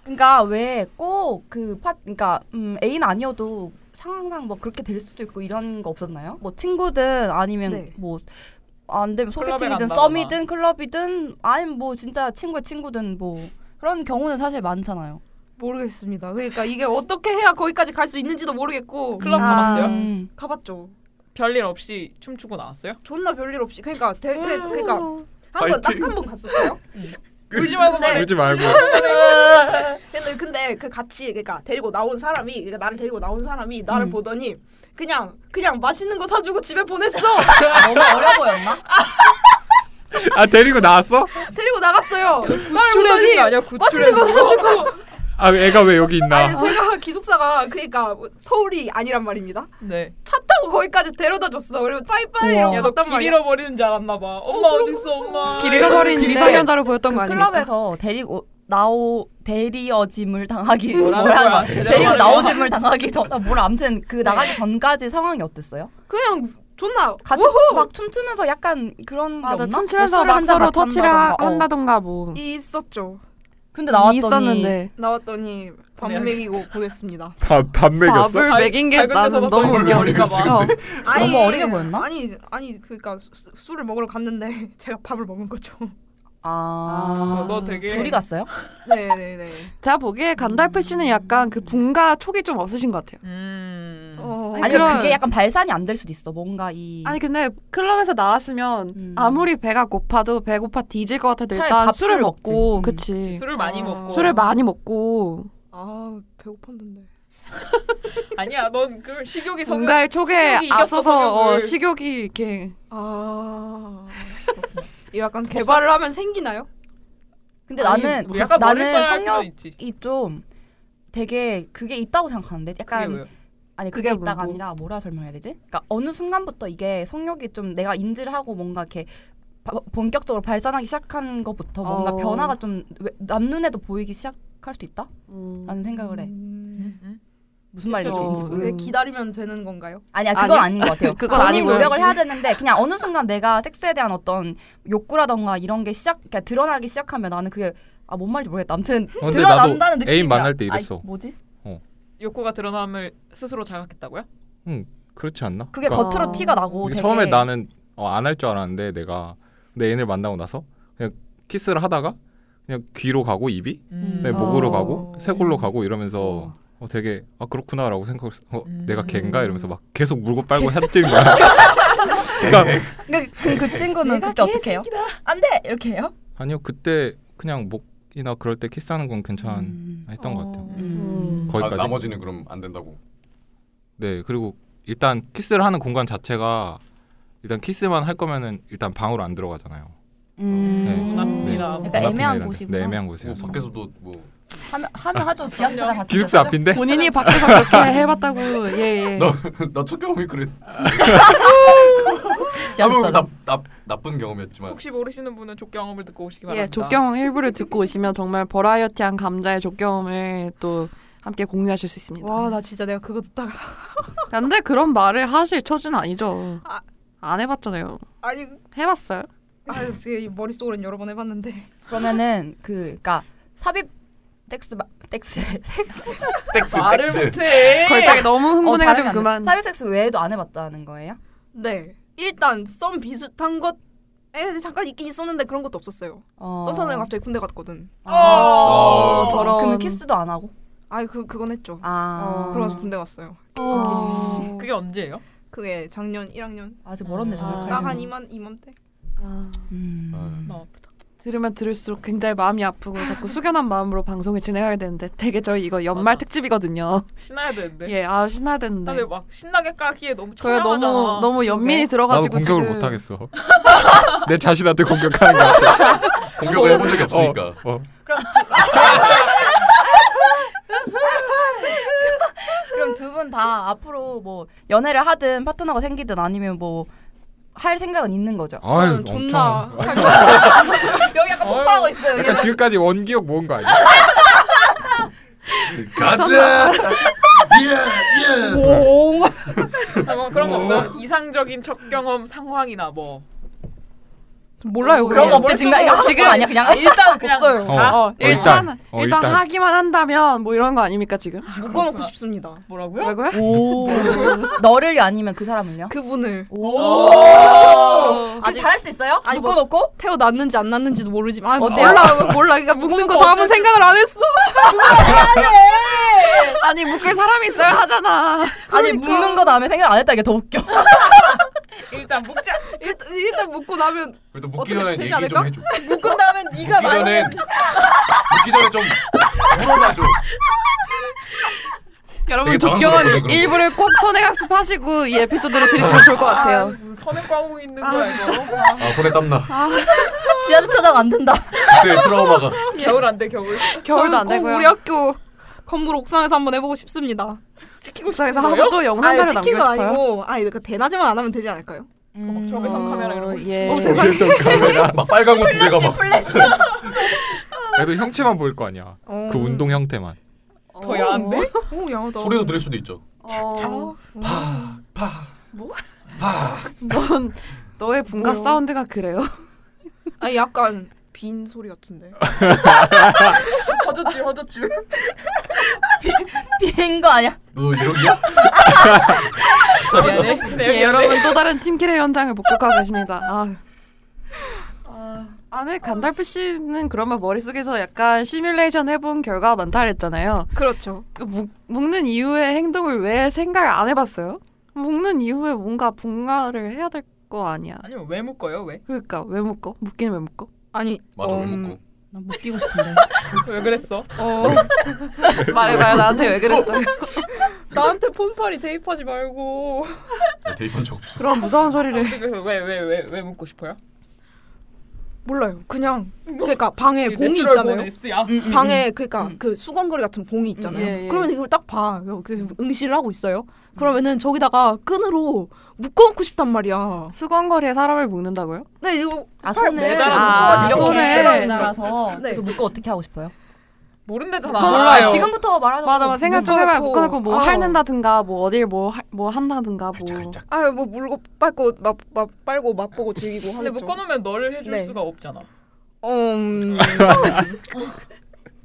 Speaker 4: 그러니까 왜 꼭 그 파, 그러니까 음, 애인 아니어도 상황상 뭐 그렇게 될 수도 있고 이런 거 없었나요? 뭐 친구든 아니면
Speaker 5: 네.
Speaker 4: 뭐 안 되면
Speaker 3: 클럽에
Speaker 4: 소개팅이든
Speaker 3: 간다거나.
Speaker 4: 썸이든 클럽이든 아니면 뭐 진짜 친구의 친구든 뭐 그런 경우는 사실 많잖아요.
Speaker 5: 모르겠습니다. 그러니까 이게 어떻게 해야 거기까지 갈 수 있는지도 모르겠고
Speaker 3: 클럽 가봤어요?
Speaker 4: 음.
Speaker 5: 가봤죠.
Speaker 3: 별일 없이 춤추고 나왔어요?
Speaker 5: 존나 별일 없이 그러니까 대, 대, 그러니까 한번딱
Speaker 1: 파이팅.
Speaker 5: 한 번 갔었어요.
Speaker 3: 울지 말고
Speaker 5: 근데-
Speaker 6: 울지 말고.
Speaker 5: 근데 근데 그 같이 그러니까 데리고 나온 사람이 그러니까 나를 데리고 나온 사람이 나를
Speaker 4: 음.
Speaker 5: 보더니 그냥 그냥 맛있는 거 사주고 집에
Speaker 4: [LAUGHS]
Speaker 5: 보냈어.
Speaker 4: 아, 너무 어려
Speaker 2: [LAUGHS]
Speaker 4: 보였나?
Speaker 6: 아 데리고 나왔어?
Speaker 5: 데리고 나갔어요. 나를
Speaker 3: 출해진
Speaker 5: 보더니
Speaker 3: 거 아니야? 굿
Speaker 5: 맛있는 거 사주고.
Speaker 6: 아 애가 왜 여기 있나?
Speaker 5: 아니 제가 기숙사가 그러니까 서울이 아니란 말입니다.
Speaker 3: 네.
Speaker 5: 차 타고 거기까지 데려다 줬어. 그리고 빠이빠이
Speaker 4: 우와.
Speaker 5: 이러고
Speaker 4: 야,
Speaker 5: 갔단
Speaker 3: 야너길
Speaker 5: 말이야.
Speaker 3: 잃어버리는 줄 알았나 봐. 엄마 어, 딨어 엄마.
Speaker 7: 아,
Speaker 2: 길 잃어버린
Speaker 4: 근데
Speaker 2: 미성년자로 보였던 거
Speaker 4: 그
Speaker 2: 아닙니까?
Speaker 4: 클럽에서 데리고 어, 나오 대리어짐을 당하기
Speaker 3: 뭐라는
Speaker 4: 뭐라는
Speaker 3: 거야? [LAUGHS] 네.
Speaker 4: 거야? 대리로 나오짐을 당하기 전 아, 뭐라 아무튼 그 나가기 전까지 상황이 어땠어요?
Speaker 5: 그냥 존나
Speaker 4: 같이 막 춤추면서 약간 그런 게
Speaker 2: 맞아
Speaker 4: 없나?
Speaker 2: 춤추면서
Speaker 4: 목소리를
Speaker 2: 막
Speaker 4: 한잔
Speaker 2: 서로
Speaker 4: 같이
Speaker 2: 터치를
Speaker 4: 한다던가. 어.
Speaker 2: 한다던가 뭐
Speaker 5: 있었죠.
Speaker 4: 근데 나왔더니
Speaker 2: 있었는데
Speaker 5: 나왔더니 밥
Speaker 3: 보내야겠다.
Speaker 5: 먹이고 보냈습니다.
Speaker 6: 밥밥 먹였어?
Speaker 2: 밥을
Speaker 3: 발-
Speaker 2: 먹인 게
Speaker 3: 밝은 데서
Speaker 2: 나는
Speaker 3: 막
Speaker 2: 너무
Speaker 3: 밥을
Speaker 2: 웃겨.
Speaker 3: 먹이는
Speaker 2: 어.
Speaker 4: [LAUGHS] 너무 어리게 보였나?
Speaker 5: 아니 아니 그러니까 수- 수- 술을 먹으러 갔는데 [LAUGHS] 제가 밥을
Speaker 4: [LAUGHS]
Speaker 5: 먹은 거죠.
Speaker 4: 아,
Speaker 3: 어, 너 되게-
Speaker 4: 둘이 갔어요?
Speaker 5: 네네네.
Speaker 2: 제가 보기에 간달프 씨는 약간 그 분가 촉이 좀 없으신 것 같아요.
Speaker 3: 음.
Speaker 5: 어.
Speaker 2: 아니,
Speaker 4: 아니
Speaker 2: 그런-
Speaker 4: 그게 약간 발산이 안 될 수도 있어. 뭔가 이
Speaker 2: 아니 근데 클럽에서 나왔으면
Speaker 4: 음.
Speaker 2: 아무리 배가 고파도 배고파 뒤질 것 같아도
Speaker 4: 차라리
Speaker 2: 일단
Speaker 4: 밥을
Speaker 2: 술을
Speaker 4: 먹지.
Speaker 2: 먹고
Speaker 4: 음.
Speaker 2: 그치
Speaker 3: 술을 많이
Speaker 5: 어.
Speaker 3: 먹고
Speaker 2: 술을 많이 먹고
Speaker 5: 아 배고팠는데.
Speaker 3: 아니야 넌 그 식욕이 성욕
Speaker 2: 분가의 촉에
Speaker 3: 식욕이 이겼어,
Speaker 2: 앞서서 어,
Speaker 3: 성욕을.
Speaker 2: 식욕이 이렇게
Speaker 5: 아 이거 약간 개발을 하면 생기나요?
Speaker 4: 근데
Speaker 3: 아니,
Speaker 4: 나는
Speaker 3: 뭐 약간
Speaker 4: 나는
Speaker 3: 머리 써야 할
Speaker 4: 성욕-
Speaker 3: 필요 있지.
Speaker 4: 이 좀 되게 그게 있다고 생각하는데
Speaker 3: 그게
Speaker 4: 약간
Speaker 3: 뭐예요?
Speaker 4: 아니 그게
Speaker 2: 그게
Speaker 4: 있다가
Speaker 2: 뭐고?
Speaker 4: 아니라 뭐라 설명해야 되지? 그러니까 어느 순간부터 이게 성욕이 좀 내가 인지를 하고 뭔가 이렇게 바- 본격적으로 발산하기 시작한 것부터 뭔가
Speaker 2: 어.
Speaker 4: 변화가 좀 왜- 남눈에도 보이기 시작할 수 있다라는
Speaker 2: 음.
Speaker 4: 생각을 해.
Speaker 5: 음.
Speaker 3: 음?
Speaker 4: 무슨 말인지
Speaker 2: 그쵸.
Speaker 4: 인지. 모르-
Speaker 5: 그게
Speaker 2: 음.
Speaker 5: 기다리면 되는 건가요?
Speaker 4: 아니야 그건
Speaker 2: 아니야.
Speaker 4: 아닌 것 같아요.
Speaker 2: [LAUGHS] 그건
Speaker 4: 본인
Speaker 2: 아니고요.
Speaker 4: 노력을 해야 되는데 그냥 어느 순간 내가 섹스에 대한 어떤 욕구라던가 이런 게 시작 그러니까 드러나기 시작하면 나는 그게 아 뭔 말인지 모르겠다. 아무튼
Speaker 6: 어, 근데
Speaker 4: 드러난다는
Speaker 6: 나도
Speaker 4: 느낌이야.
Speaker 6: 애인 만날 때
Speaker 4: 아이,
Speaker 6: 이랬어.
Speaker 4: 뭐지?
Speaker 3: 욕구가 드러남을 스스로 자각했다고요?
Speaker 6: 그렇지 않나?
Speaker 4: 그게
Speaker 6: 그러니까
Speaker 4: 겉으로
Speaker 2: 어.
Speaker 4: 티가 나고
Speaker 6: 이게
Speaker 4: 되게
Speaker 6: 처음에 나는 어, 안 할 줄 알았는데 내가 내 애인을 만나고 나서 그냥 키스를 하다가 그냥 귀로 가고 입이
Speaker 4: 음.
Speaker 6: 네,
Speaker 4: 어.
Speaker 6: 목으로 가고 쇄골로 가고
Speaker 2: 어.
Speaker 6: 이러면서 어, 되게 아 그렇구나라고 생각했어. 어,
Speaker 3: 음.
Speaker 6: 내가 걘가 이러면서 막 계속 물고 빨고 헤엄치는 거야. 그러니까
Speaker 4: 근데 그, 그 친구는 그때 어떻게 해요? 안돼 이렇게 해요?
Speaker 6: 아니요 그때 그냥 목이나 그럴 때 키스하는 건 괜찮
Speaker 4: 음.
Speaker 6: 했던 것 같아요.
Speaker 4: 음.
Speaker 6: 거기까지.
Speaker 8: 아, 나머지는 그럼 안 된다고. 뭐
Speaker 6: 네 그리고 일단 키스를 하는 공간 자체가 일단 키스만 할 거면은 일단 방으로 안 들어가잖아요. 네.
Speaker 4: 음.
Speaker 3: 문앞이다.
Speaker 4: 약간
Speaker 6: 문 앞이나
Speaker 4: 애매한
Speaker 6: 이런데.
Speaker 4: 곳이구나.
Speaker 6: 네, 그러니까 애매한 곳이에요. 어.
Speaker 8: 뭐 밖에서도 뭐
Speaker 4: 하면 하면
Speaker 2: 아,
Speaker 4: 하죠. 지하철이랑 같은
Speaker 6: 네. 기숙사 앞인데
Speaker 2: [LAUGHS] 본인이 밖에서 그렇게 해봤다고 예예
Speaker 8: [LAUGHS] 나첫 경험이 그래. 아무
Speaker 4: 지하철.
Speaker 8: 나나 나쁜 경험이었지만
Speaker 3: 혹시 모르시는 분은 족경험을 듣고 오시기 바랍니다.
Speaker 2: 예, 족경험 일부를 듣고 오시면 정말 버라이어티한 감자의 족경험을 또 함께 공유하실 수 있습니다.
Speaker 5: 어. 와 나 진짜 내가 그거 듣다가
Speaker 2: 근데 그런 말을 하실 처지는 아니죠.
Speaker 5: 아.
Speaker 2: 안 해봤잖아요.
Speaker 5: 아니
Speaker 2: 해봤어요?
Speaker 5: 아 지금 이 머릿속으로는 여러 번 해봤는데
Speaker 4: 그러면은 그 그러니까 삽입 섹스 마- 섹스
Speaker 3: 그 말을
Speaker 2: 네.
Speaker 3: 못해.
Speaker 2: 걸작이 너무 흥분해가지고
Speaker 4: 어, 발음이 안 돼.
Speaker 2: 그만.
Speaker 4: 삽입 섹스 외에도 안 해봤다는 거예요?
Speaker 5: 네 일단 썸 비슷한 것 에, 잠깐 있긴 있었는데 그런 것도 없었어요.
Speaker 4: 어.
Speaker 5: 썸 타다가 갑자기 군대 갔거든.
Speaker 2: 어,
Speaker 8: 어.
Speaker 2: 저런.
Speaker 4: 그러면 키스도 안 하고.
Speaker 5: 아이 그 그건 했죠. 어,
Speaker 4: 아.
Speaker 5: 그러면서 군대 갔어요.
Speaker 2: 어.
Speaker 3: 그게 언제예요?
Speaker 5: 그게 작년 1학년
Speaker 4: 아직 멀었네 저녁.
Speaker 2: 아.
Speaker 5: 딱 한 이만 이맘때.
Speaker 2: 아,
Speaker 4: 음.
Speaker 3: 나 아프다.
Speaker 2: 들으면 들을수록 굉장히 마음이 아프고 자꾸 숙연한 마음으로 방송을 진행하게 되는데 되게 저희 이거 연말
Speaker 3: 맞아.
Speaker 2: 특집이거든요.
Speaker 3: 신나야 되는데.
Speaker 2: 예, 아 신나야 되는데. 네.
Speaker 3: 근데 막 신나게 까기에 너무
Speaker 2: 저희가 너무
Speaker 3: 청량하잖아.
Speaker 2: 너무 연민이
Speaker 6: 나도
Speaker 2: 들어가지고
Speaker 6: 공격을
Speaker 2: 지금
Speaker 6: 못 하겠어. 내 자신한테 공격하는 거 같아.
Speaker 8: [LAUGHS] 공격을 해본 적이 없으니까.
Speaker 6: 어, 어.
Speaker 4: 그럼 두 분 다 앞으로 뭐 연애를 하든 파트너가 생기든 아니면 뭐 할 생각은 있는 거죠?
Speaker 6: 아유,
Speaker 5: 저는 존나 [LAUGHS]
Speaker 6: 엄청-
Speaker 5: 할 거예요.
Speaker 4: 여기 약간 폭발하고 있어요.
Speaker 6: 약간 지금까지 원기억 모은 거 아니야?
Speaker 8: 가자. 예 예.
Speaker 3: 네. [LAUGHS] 아, 뭐 그런 거 없어요. 이상적인 첫 경험 상황이나 뭐.
Speaker 5: 몰라요.
Speaker 4: 그런 거
Speaker 5: 그냥.
Speaker 4: 없대 지금 이거 지금 아니야 그냥 [LAUGHS]
Speaker 5: 일단 그냥
Speaker 3: 없어요. 자,
Speaker 2: 어, 일단 일단,
Speaker 6: 어, 일단.
Speaker 2: 하기만 한다면 뭐 이런 거 아닙니까 지금?
Speaker 5: 묶어놓고 싶습니다.
Speaker 3: 뭐라고요?
Speaker 2: 뭐라고요?
Speaker 4: 오 너를요 아니면 그 사람을요?
Speaker 5: 그분을
Speaker 4: 그
Speaker 5: 아직
Speaker 4: 잘할 수 있어요?
Speaker 5: 아니, 뭐-
Speaker 4: 묶어놓고
Speaker 5: 태어났는지 안 났는지도 모르지만 아,
Speaker 4: 어때요?
Speaker 5: [LAUGHS] 몰라 몰라 그러니까 묶는 거 다음은 생각을 안 했어.
Speaker 2: 아니 묶을 사람이 있어야 하잖아.
Speaker 4: 아니 묶는 거 다음에 생각 안 했다 이게 더 웃겨.
Speaker 3: 일단 묶자.
Speaker 5: 일단, 일단 묶고 나면
Speaker 8: 그래도 묻기
Speaker 5: 어떻게
Speaker 8: 전에
Speaker 5: 되지
Speaker 8: 얘기
Speaker 5: 않을까?
Speaker 8: 좀 해줘.
Speaker 5: 묶은 다음에 네가
Speaker 8: 묻기 전에 묻기 전에 좀 물어봐줘.
Speaker 2: 여러분
Speaker 8: 되게 당황스럽거든요,
Speaker 2: 독경은
Speaker 8: 그런 거.
Speaker 2: 일부를 꼭 선행학습하시고 이 에피소드를 들으시면 좋을 것 같아요.
Speaker 3: 무슨 선행 과목 있는
Speaker 2: 아,
Speaker 3: 거야 [LAUGHS] 이거. 아,
Speaker 8: 아 손에 땀 나.
Speaker 4: [LAUGHS] 지하철 찾아가 안 된다.
Speaker 8: 그때 트라우마가.
Speaker 2: 예.
Speaker 3: 겨울 안 돼 겨울.
Speaker 2: 겨울도 안
Speaker 5: 저는 꼭
Speaker 2: 되고요.
Speaker 5: 우리 학교 건물 옥상에서 한번 해보고 싶습니다.
Speaker 3: 찍히고
Speaker 2: 국사에서
Speaker 3: 싶은
Speaker 2: 한
Speaker 3: 거예요?
Speaker 2: 번 또 영상
Speaker 5: 아니
Speaker 2: 자료 남기고
Speaker 5: 찍힌
Speaker 2: 싶어요.
Speaker 5: 건 아니고 아니 그 대낮에만 안 하면 되지 않을까요?
Speaker 4: 음.
Speaker 3: 막
Speaker 4: [LAUGHS]
Speaker 3: 저배선
Speaker 2: 어,
Speaker 3: 카메라 이런 거.
Speaker 2: 예.
Speaker 5: 어, 세상에.
Speaker 8: 막 빨간 거 두 개가 막.
Speaker 4: 플래시.
Speaker 6: 그래도 형체만 보일 거 아니야.
Speaker 5: 어.
Speaker 6: 그 운동 형태만.
Speaker 3: 더 야한데?
Speaker 5: 오 야하다.
Speaker 8: 소리도 들릴 수도 있죠.
Speaker 5: 아.
Speaker 2: 어,
Speaker 8: 파.
Speaker 5: 뭐?
Speaker 8: 파.
Speaker 2: 넌 너의 분가
Speaker 5: 뭐야?
Speaker 2: 사운드가 그래요.
Speaker 5: 아니 약간 빈 소리 같은데.
Speaker 3: 허젓질 허젓질.
Speaker 4: 비행 거 아니야?
Speaker 8: 너 이러기야?
Speaker 3: 미안해. 네,
Speaker 2: 예, 여러분 또 다른 팀킬의 현장을 목격하고 계십니다. 아. 아, 네, 간달프 씨는 그러면 머릿속에서 약간 시뮬레이션 해본 결과가 많다 그랬잖아요.
Speaker 5: [LAUGHS] 그렇죠.
Speaker 2: 그 묵, 묵는 이후의 행동을 왜 생각을 안 해봤어요? 묵는 이후에 뭔가 분가를 해야 될 거 아니야.
Speaker 3: 아니면 왜 묶어요? 왜?
Speaker 2: 그러니까 왜 묶어? 묶기는 왜 [LAUGHS] 묶어?
Speaker 5: 아니
Speaker 8: 맞아 왜
Speaker 5: 음,
Speaker 8: 먹고?
Speaker 4: 난못 끼고 싶은데.
Speaker 3: 왜 그랬어?
Speaker 5: 어,
Speaker 2: 말해봐요, 나한테 왜 그랬어?
Speaker 5: 나한테 폰팔이 대입하지 말고.
Speaker 8: 나 데이트한 적 없어.
Speaker 2: 그런 무서운 소리를.
Speaker 3: 아무튼 그래서 왜 왜 왜 왜 묶고 싶어요?
Speaker 5: 몰라요. 그냥 그러니까 방에
Speaker 3: 이
Speaker 5: 봉이
Speaker 3: 내추럴
Speaker 5: 있잖아요.
Speaker 3: 본 S야.
Speaker 4: 음, 음,
Speaker 5: 방에 그러니까
Speaker 4: 음.
Speaker 5: 그 수건거리 같은 봉이 있잖아요.
Speaker 2: 음, 예, 예.
Speaker 5: 그러면 이걸 딱 봐. 그래서 응시를 하고 있어요. 그러면은 저기다가 끈으로 묶어놓고 싶단 말이야.
Speaker 2: 수건거리에 사람을 묶는다고요?
Speaker 5: 근데 이거
Speaker 4: 아
Speaker 5: 팔
Speaker 4: 손을
Speaker 5: 모자랑
Speaker 2: 아,
Speaker 5: 묶어가지고
Speaker 2: 손을.
Speaker 5: 이렇게
Speaker 2: 손에.
Speaker 4: 달아서
Speaker 5: 네.
Speaker 4: 그래서 묶어 어떻게 하고 싶어요?
Speaker 3: 모른대잖아.
Speaker 2: 그건
Speaker 4: 아,
Speaker 2: 몰라요.
Speaker 4: 지금부터 말하자.
Speaker 2: 맞아, 맞아. 생각 좀 해봐요.
Speaker 5: 묶어놓고.
Speaker 2: 묶어놓고 뭐
Speaker 5: 아.
Speaker 2: 할는다든가, 뭐 어딜 뭐, 하, 뭐 한다든가, 뭐.
Speaker 8: 살짝.
Speaker 5: 아유 뭐 물고 빨고 막, 막 빨고 맛보고 즐기고 하는
Speaker 3: 근데 뭐 묶어놓으면 너를 해줄
Speaker 5: 네.
Speaker 3: 수가 없잖아.
Speaker 5: 음.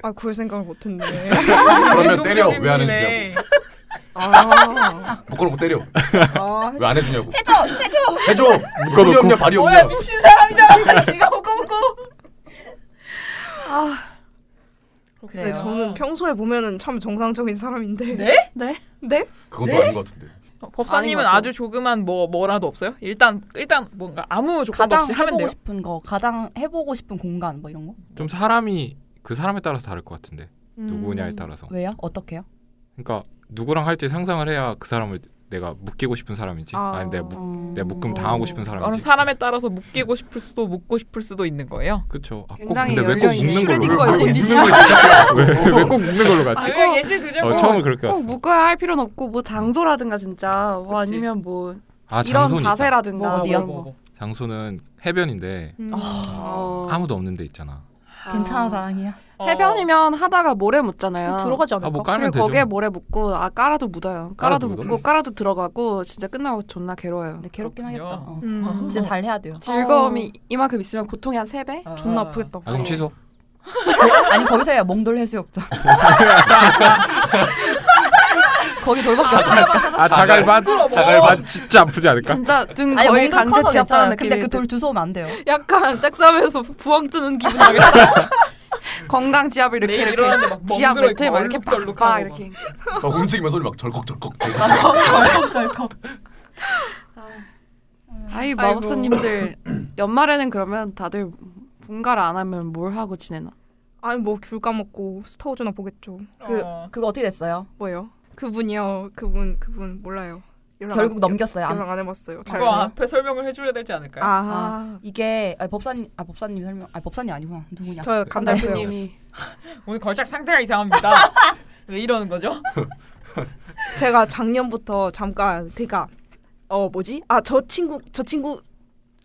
Speaker 5: 아 그걸 생각을 못했네.
Speaker 8: 아, 그러면 때려. 왜 안 해주냐고.
Speaker 3: 운동적인 분이네.
Speaker 5: 아,
Speaker 8: 묶어놓고 때려.
Speaker 5: 아
Speaker 8: 왜 안 해주냐고. 해줘.
Speaker 4: [LAUGHS]
Speaker 8: 해줘. 해줘. 묶어놓고. 없냐 발이
Speaker 3: 뭐야
Speaker 8: 없냐.
Speaker 3: 미친 사람이잖아. 지가 묶어놓고.
Speaker 2: 아,
Speaker 5: 근데
Speaker 2: 그래요.
Speaker 5: 저는 평소에 보면은 참 정상적인 사람인데.
Speaker 3: 네?
Speaker 5: 네?
Speaker 8: 그건 또 아닌 것 같은데.
Speaker 3: 법사님은
Speaker 2: 아닌 것 같아요.
Speaker 3: 아주 조그만 뭐 뭐라도 없어요? 일단 일단 뭔가 아무 조건
Speaker 4: 가장
Speaker 3: 없이 하면
Speaker 4: 해보고
Speaker 3: 돼요.
Speaker 4: 싶은 거, 가장 해보고 싶은 공간 뭐 이런 거?
Speaker 6: 좀 사람이 그 사람에 따라서 다를 것 같은데 누구냐에 따라서.
Speaker 4: 왜요? 어떻게요?
Speaker 6: 그러니까 누구랑 할지 상상을 해야 그 사람을 내가 묶이고 싶은 사람인지
Speaker 5: 아.
Speaker 6: 아. 니 내가, 묶, 내가 묶음 당하고 싶은
Speaker 3: 그럼
Speaker 6: 사람인지.
Speaker 3: 사람에 따라서 묶이고 싶을 수도 묶고 싶을 수도 있는 거예요.
Speaker 6: 그렇죠. 아, 꼭
Speaker 2: 굉장히
Speaker 6: 근데 왜 꼭
Speaker 2: 열려있네.
Speaker 6: 묶는 걸로?
Speaker 5: 슈레딩거의
Speaker 6: 묶는 걸
Speaker 5: 곤디션.
Speaker 6: 진짜 왜꼭 묶는 걸로 갔지?
Speaker 3: 제가 예시 들자면
Speaker 6: 어, 처음에 그렇게
Speaker 2: 꼭
Speaker 6: 갔어.
Speaker 2: 묶어야 할 필요는 없고, 뭐 장소라든가 진짜, 뭐
Speaker 3: 그치.
Speaker 2: 아니면 뭐
Speaker 6: 아
Speaker 2: 이런
Speaker 6: 장소니까.
Speaker 2: 자세라든가.
Speaker 4: 뭐
Speaker 2: 뭐
Speaker 4: 어디요?
Speaker 2: 이런 거.
Speaker 6: 장소는 해변인데
Speaker 5: 아,
Speaker 2: 어.
Speaker 6: 아무도 없는 데 있잖아.
Speaker 4: 괜찮아 사랑이야.
Speaker 3: 어.
Speaker 2: 해변이면 하다가 모래 묻잖아요.
Speaker 5: 들어가지 않을까?
Speaker 6: 아 뭐 깔면
Speaker 2: 그리고
Speaker 6: 되죠.
Speaker 2: 거기에 모래 묻고 아 깔아도 묻어요.
Speaker 6: 깔아도
Speaker 2: 깔아도
Speaker 6: 묻어?
Speaker 2: 묻고 깔아도 들어가고 진짜 끝나고 존나 괴로워요.
Speaker 4: 근데 괴롭긴
Speaker 3: 그렇군요.
Speaker 4: 하겠다. 어.
Speaker 5: 음.
Speaker 4: 진짜 잘 해야 돼요.
Speaker 2: 즐거움이
Speaker 4: 어.
Speaker 2: 이만큼 있으면 고통이 한 세 배?
Speaker 3: 아.
Speaker 5: 존나 아프겠다.
Speaker 6: 아 그럼 취소.
Speaker 4: 아니 거기서 야 몽돌 해수욕장. 거기 돌밖에 없어.
Speaker 6: 아 자갈반? 자갈반 진짜 아프지 않을까?
Speaker 2: 진짜 등
Speaker 4: 아니
Speaker 2: 거의
Speaker 4: 몽돌
Speaker 2: 강제
Speaker 4: 커서
Speaker 2: 취업하는
Speaker 4: 괜찮아.
Speaker 2: 느낌.
Speaker 4: 근데 그 돌 주소면 안 돼요.
Speaker 5: 약간 섹스하면서 부엉 뜨는 기분 나겠다.
Speaker 2: 건강 지압을 이렇게
Speaker 3: 내일
Speaker 2: 이렇게
Speaker 3: 일어났는데 막
Speaker 2: 지압
Speaker 3: 멍들어
Speaker 2: 매트
Speaker 3: 있고
Speaker 2: 막 이렇게
Speaker 3: 얼룩덜룩하고
Speaker 2: 빡빡
Speaker 3: 막.
Speaker 2: 이렇게.
Speaker 8: 막 어, 움직이면 소리 막 절컥절컥.
Speaker 4: 덜컥덜컥.
Speaker 2: 아이
Speaker 5: [CLEARS THROAT]
Speaker 2: 마법사님들 연말에는 그러면 다들 분가를 안 하면 뭘 하고 지내나?
Speaker 5: 아니 뭐 귤 까먹고 스타워즈나 보겠죠.
Speaker 4: 그
Speaker 3: 어.
Speaker 4: 그거 어떻게 됐어요?
Speaker 5: 뭐예요? 그분이요. 그분 그분 몰라요. 연락
Speaker 4: 결국
Speaker 5: 안,
Speaker 4: 넘겼어요. 안-
Speaker 5: 연락 안 해봤어요. 잘.
Speaker 3: 그거 앞에 설명을 해줘야 되지 않을까요?
Speaker 5: 아,
Speaker 4: 이게 아, 법사님 아 법사님 설명 아 법사님 아니구나 누구냐?
Speaker 5: 저 간달프요.
Speaker 2: 님이
Speaker 3: 오늘 걸작 상태가
Speaker 2: [LAUGHS]
Speaker 3: 이상합니다. 왜 이러는 거죠?
Speaker 5: 제가 작년부터 잠깐 그니까 어 뭐지? 아 저 친구 저 친구